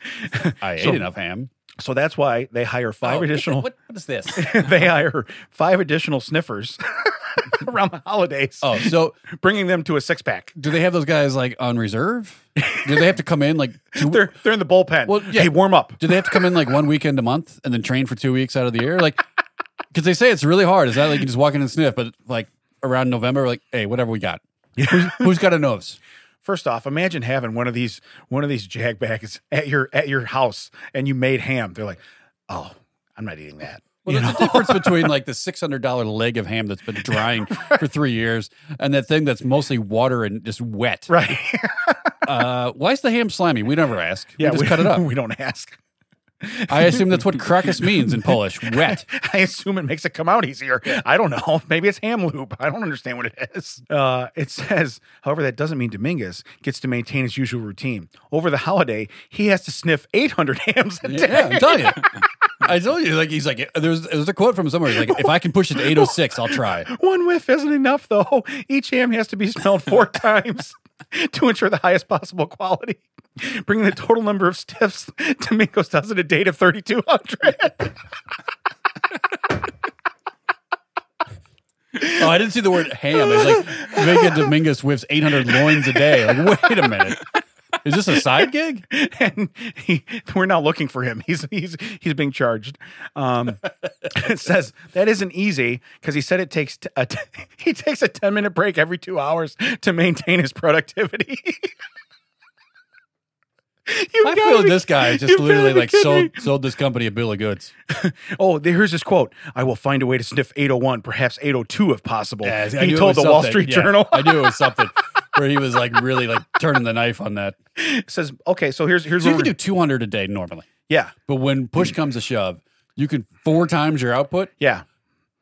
[SPEAKER 1] I
[SPEAKER 2] So-
[SPEAKER 1] ate enough ham.
[SPEAKER 2] So that's why they hire five
[SPEAKER 1] Oh,
[SPEAKER 2] additional.
[SPEAKER 1] What, what is this?
[SPEAKER 2] they hire five additional sniffers around the holidays,
[SPEAKER 1] Oh, so
[SPEAKER 2] bringing them to a six pack.
[SPEAKER 1] do they have those guys like on reserve? Do they have to come in like two?
[SPEAKER 2] They're they're in the bullpen.
[SPEAKER 1] Well, yeah.
[SPEAKER 2] Hey, warm up.
[SPEAKER 1] do they have to come in like one weekend a month and then train for two weeks out of the year? Like, because they say it's really hard. Is that like you just walk in and sniff? But like around November, like hey, whatever we got. Who's, who's got a nose?
[SPEAKER 2] First off, imagine having one of these one of these jagbags at your at your house, and you made ham. They're like, oh, I'm not eating that.
[SPEAKER 1] Well,
[SPEAKER 2] You
[SPEAKER 1] there's a difference between like the six hundred dollar leg of ham that's been drying for three years and that thing that's mostly water and just wet.
[SPEAKER 2] Right?
[SPEAKER 1] Uh, why is the ham slimy? We never ask. we just
[SPEAKER 2] we-
[SPEAKER 1] cut it up.
[SPEAKER 2] We don't ask.
[SPEAKER 1] I assume that's what krakus means in Polish. Wet.
[SPEAKER 2] I assume it makes it come out easier. I don't know. Maybe it's ham loop. I don't understand what it is. Uh, it says, however, that doesn't mean Dominguez gets to maintain his usual routine. Over the holiday, he has to sniff 800 hams a day.
[SPEAKER 1] Yeah, I'm telling you. I told you, like he's like there's there's a quote from somewhere. He's like, if I can push it to 806, I'll try.
[SPEAKER 2] One whiff isn't enough, though. Each ham has to be smelled four times to ensure the highest possible quality, bringing the total number of stiffs Dominguez does in a day to 3,200.
[SPEAKER 1] Oh, I didn't see the word ham. It's like Vega Dominguez whiffs 800 loins a day. Like, wait a minute. Is this a side gig?
[SPEAKER 2] and he, we're now looking for him. He's he's he's being charged. Um, it says that isn't easy because he said it takes t- a t- he takes a ten minute break every two hours to maintain his productivity. You've
[SPEAKER 1] I
[SPEAKER 2] gotta
[SPEAKER 1] feel
[SPEAKER 2] be-
[SPEAKER 1] this guy just
[SPEAKER 2] you've
[SPEAKER 1] literally
[SPEAKER 2] gotta be
[SPEAKER 1] like
[SPEAKER 2] kidding
[SPEAKER 1] sold
[SPEAKER 2] me.
[SPEAKER 1] sold this company a bill of goods.
[SPEAKER 2] Oh, there- here's his quote: "I will find a way to sniff 801, perhaps 802 if possible."
[SPEAKER 1] I knew
[SPEAKER 2] he
[SPEAKER 1] it
[SPEAKER 2] told
[SPEAKER 1] was
[SPEAKER 2] the Wall
[SPEAKER 1] something.
[SPEAKER 2] Street
[SPEAKER 1] Yeah,
[SPEAKER 2] Journal.
[SPEAKER 1] I knew it was something where he was like really like turning the knife on that.
[SPEAKER 2] It says, "Okay, so here's here's
[SPEAKER 1] So you
[SPEAKER 2] what
[SPEAKER 1] can
[SPEAKER 2] we're- Hmm.
[SPEAKER 1] do 200 a day normally,
[SPEAKER 2] yeah,
[SPEAKER 1] but when push comes to shove, you can four times your output.
[SPEAKER 2] yeah."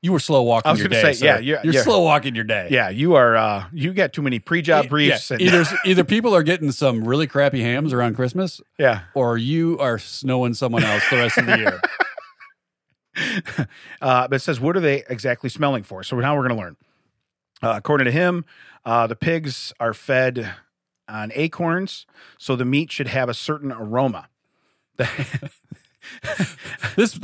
[SPEAKER 1] you were slow walking
[SPEAKER 2] I was
[SPEAKER 1] your
[SPEAKER 2] gonna
[SPEAKER 1] day.
[SPEAKER 2] say, yeah,
[SPEAKER 1] sir.
[SPEAKER 2] yeah,
[SPEAKER 1] you're
[SPEAKER 2] yeah.
[SPEAKER 1] slow walking your day.
[SPEAKER 2] Yeah, you are. uh You got too many pre-job
[SPEAKER 1] E-
[SPEAKER 2] briefs.
[SPEAKER 1] yeah.
[SPEAKER 2] And,
[SPEAKER 1] Either either people are getting some really crappy hams around Christmas,
[SPEAKER 2] yeah.
[SPEAKER 1] or you are snowing someone else the rest of the year.
[SPEAKER 2] Uh, but it says, what are they exactly smelling for? So now we're going to learn. Uh, according to him, uh, the pigs are fed on acorns, so the meat should have a certain aroma.
[SPEAKER 1] this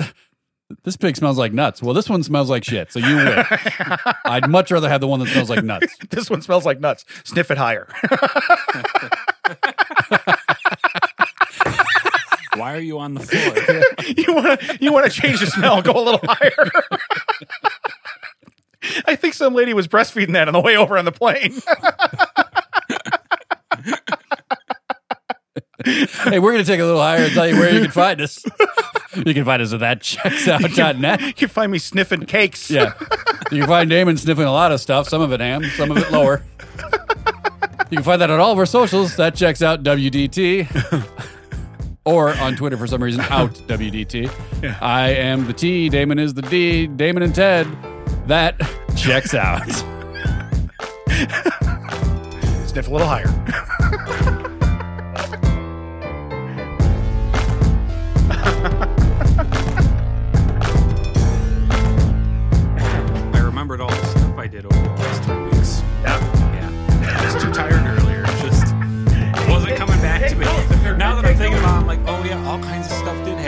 [SPEAKER 1] this pig smells like nuts. Well, this one smells like shit. So you win. I'd much rather have the one that smells like nuts.
[SPEAKER 2] this one smells like nuts. Sniff it higher.
[SPEAKER 3] Why are you on the floor?
[SPEAKER 2] you want to you want to change the smell? Go a little higher. I think some lady was breastfeeding that on the way over on the plane.
[SPEAKER 1] Hey, we're gonna take a little higher and tell you where you can find us. You can find us at thatchecksout.net.
[SPEAKER 2] you find me sniffing cakes.
[SPEAKER 1] Yeah, you can find Damon sniffing a lot of stuff. Some of it ham, some of it lower. You can find that on all of our socials. That checks out WDT. Or on Twitter for some reason, out WDT. I am the T, Damon is the D, Damon and Ted. That checks out.
[SPEAKER 2] Sniff a little higher.
[SPEAKER 3] I remembered all the stuff I did over the last three weeks.
[SPEAKER 2] Yeah.
[SPEAKER 3] Yeah. I was too tired earlier. It just wasn't coming back to me. Now that I'm thinking about it, I'm like, oh yeah, all kinds of stuff did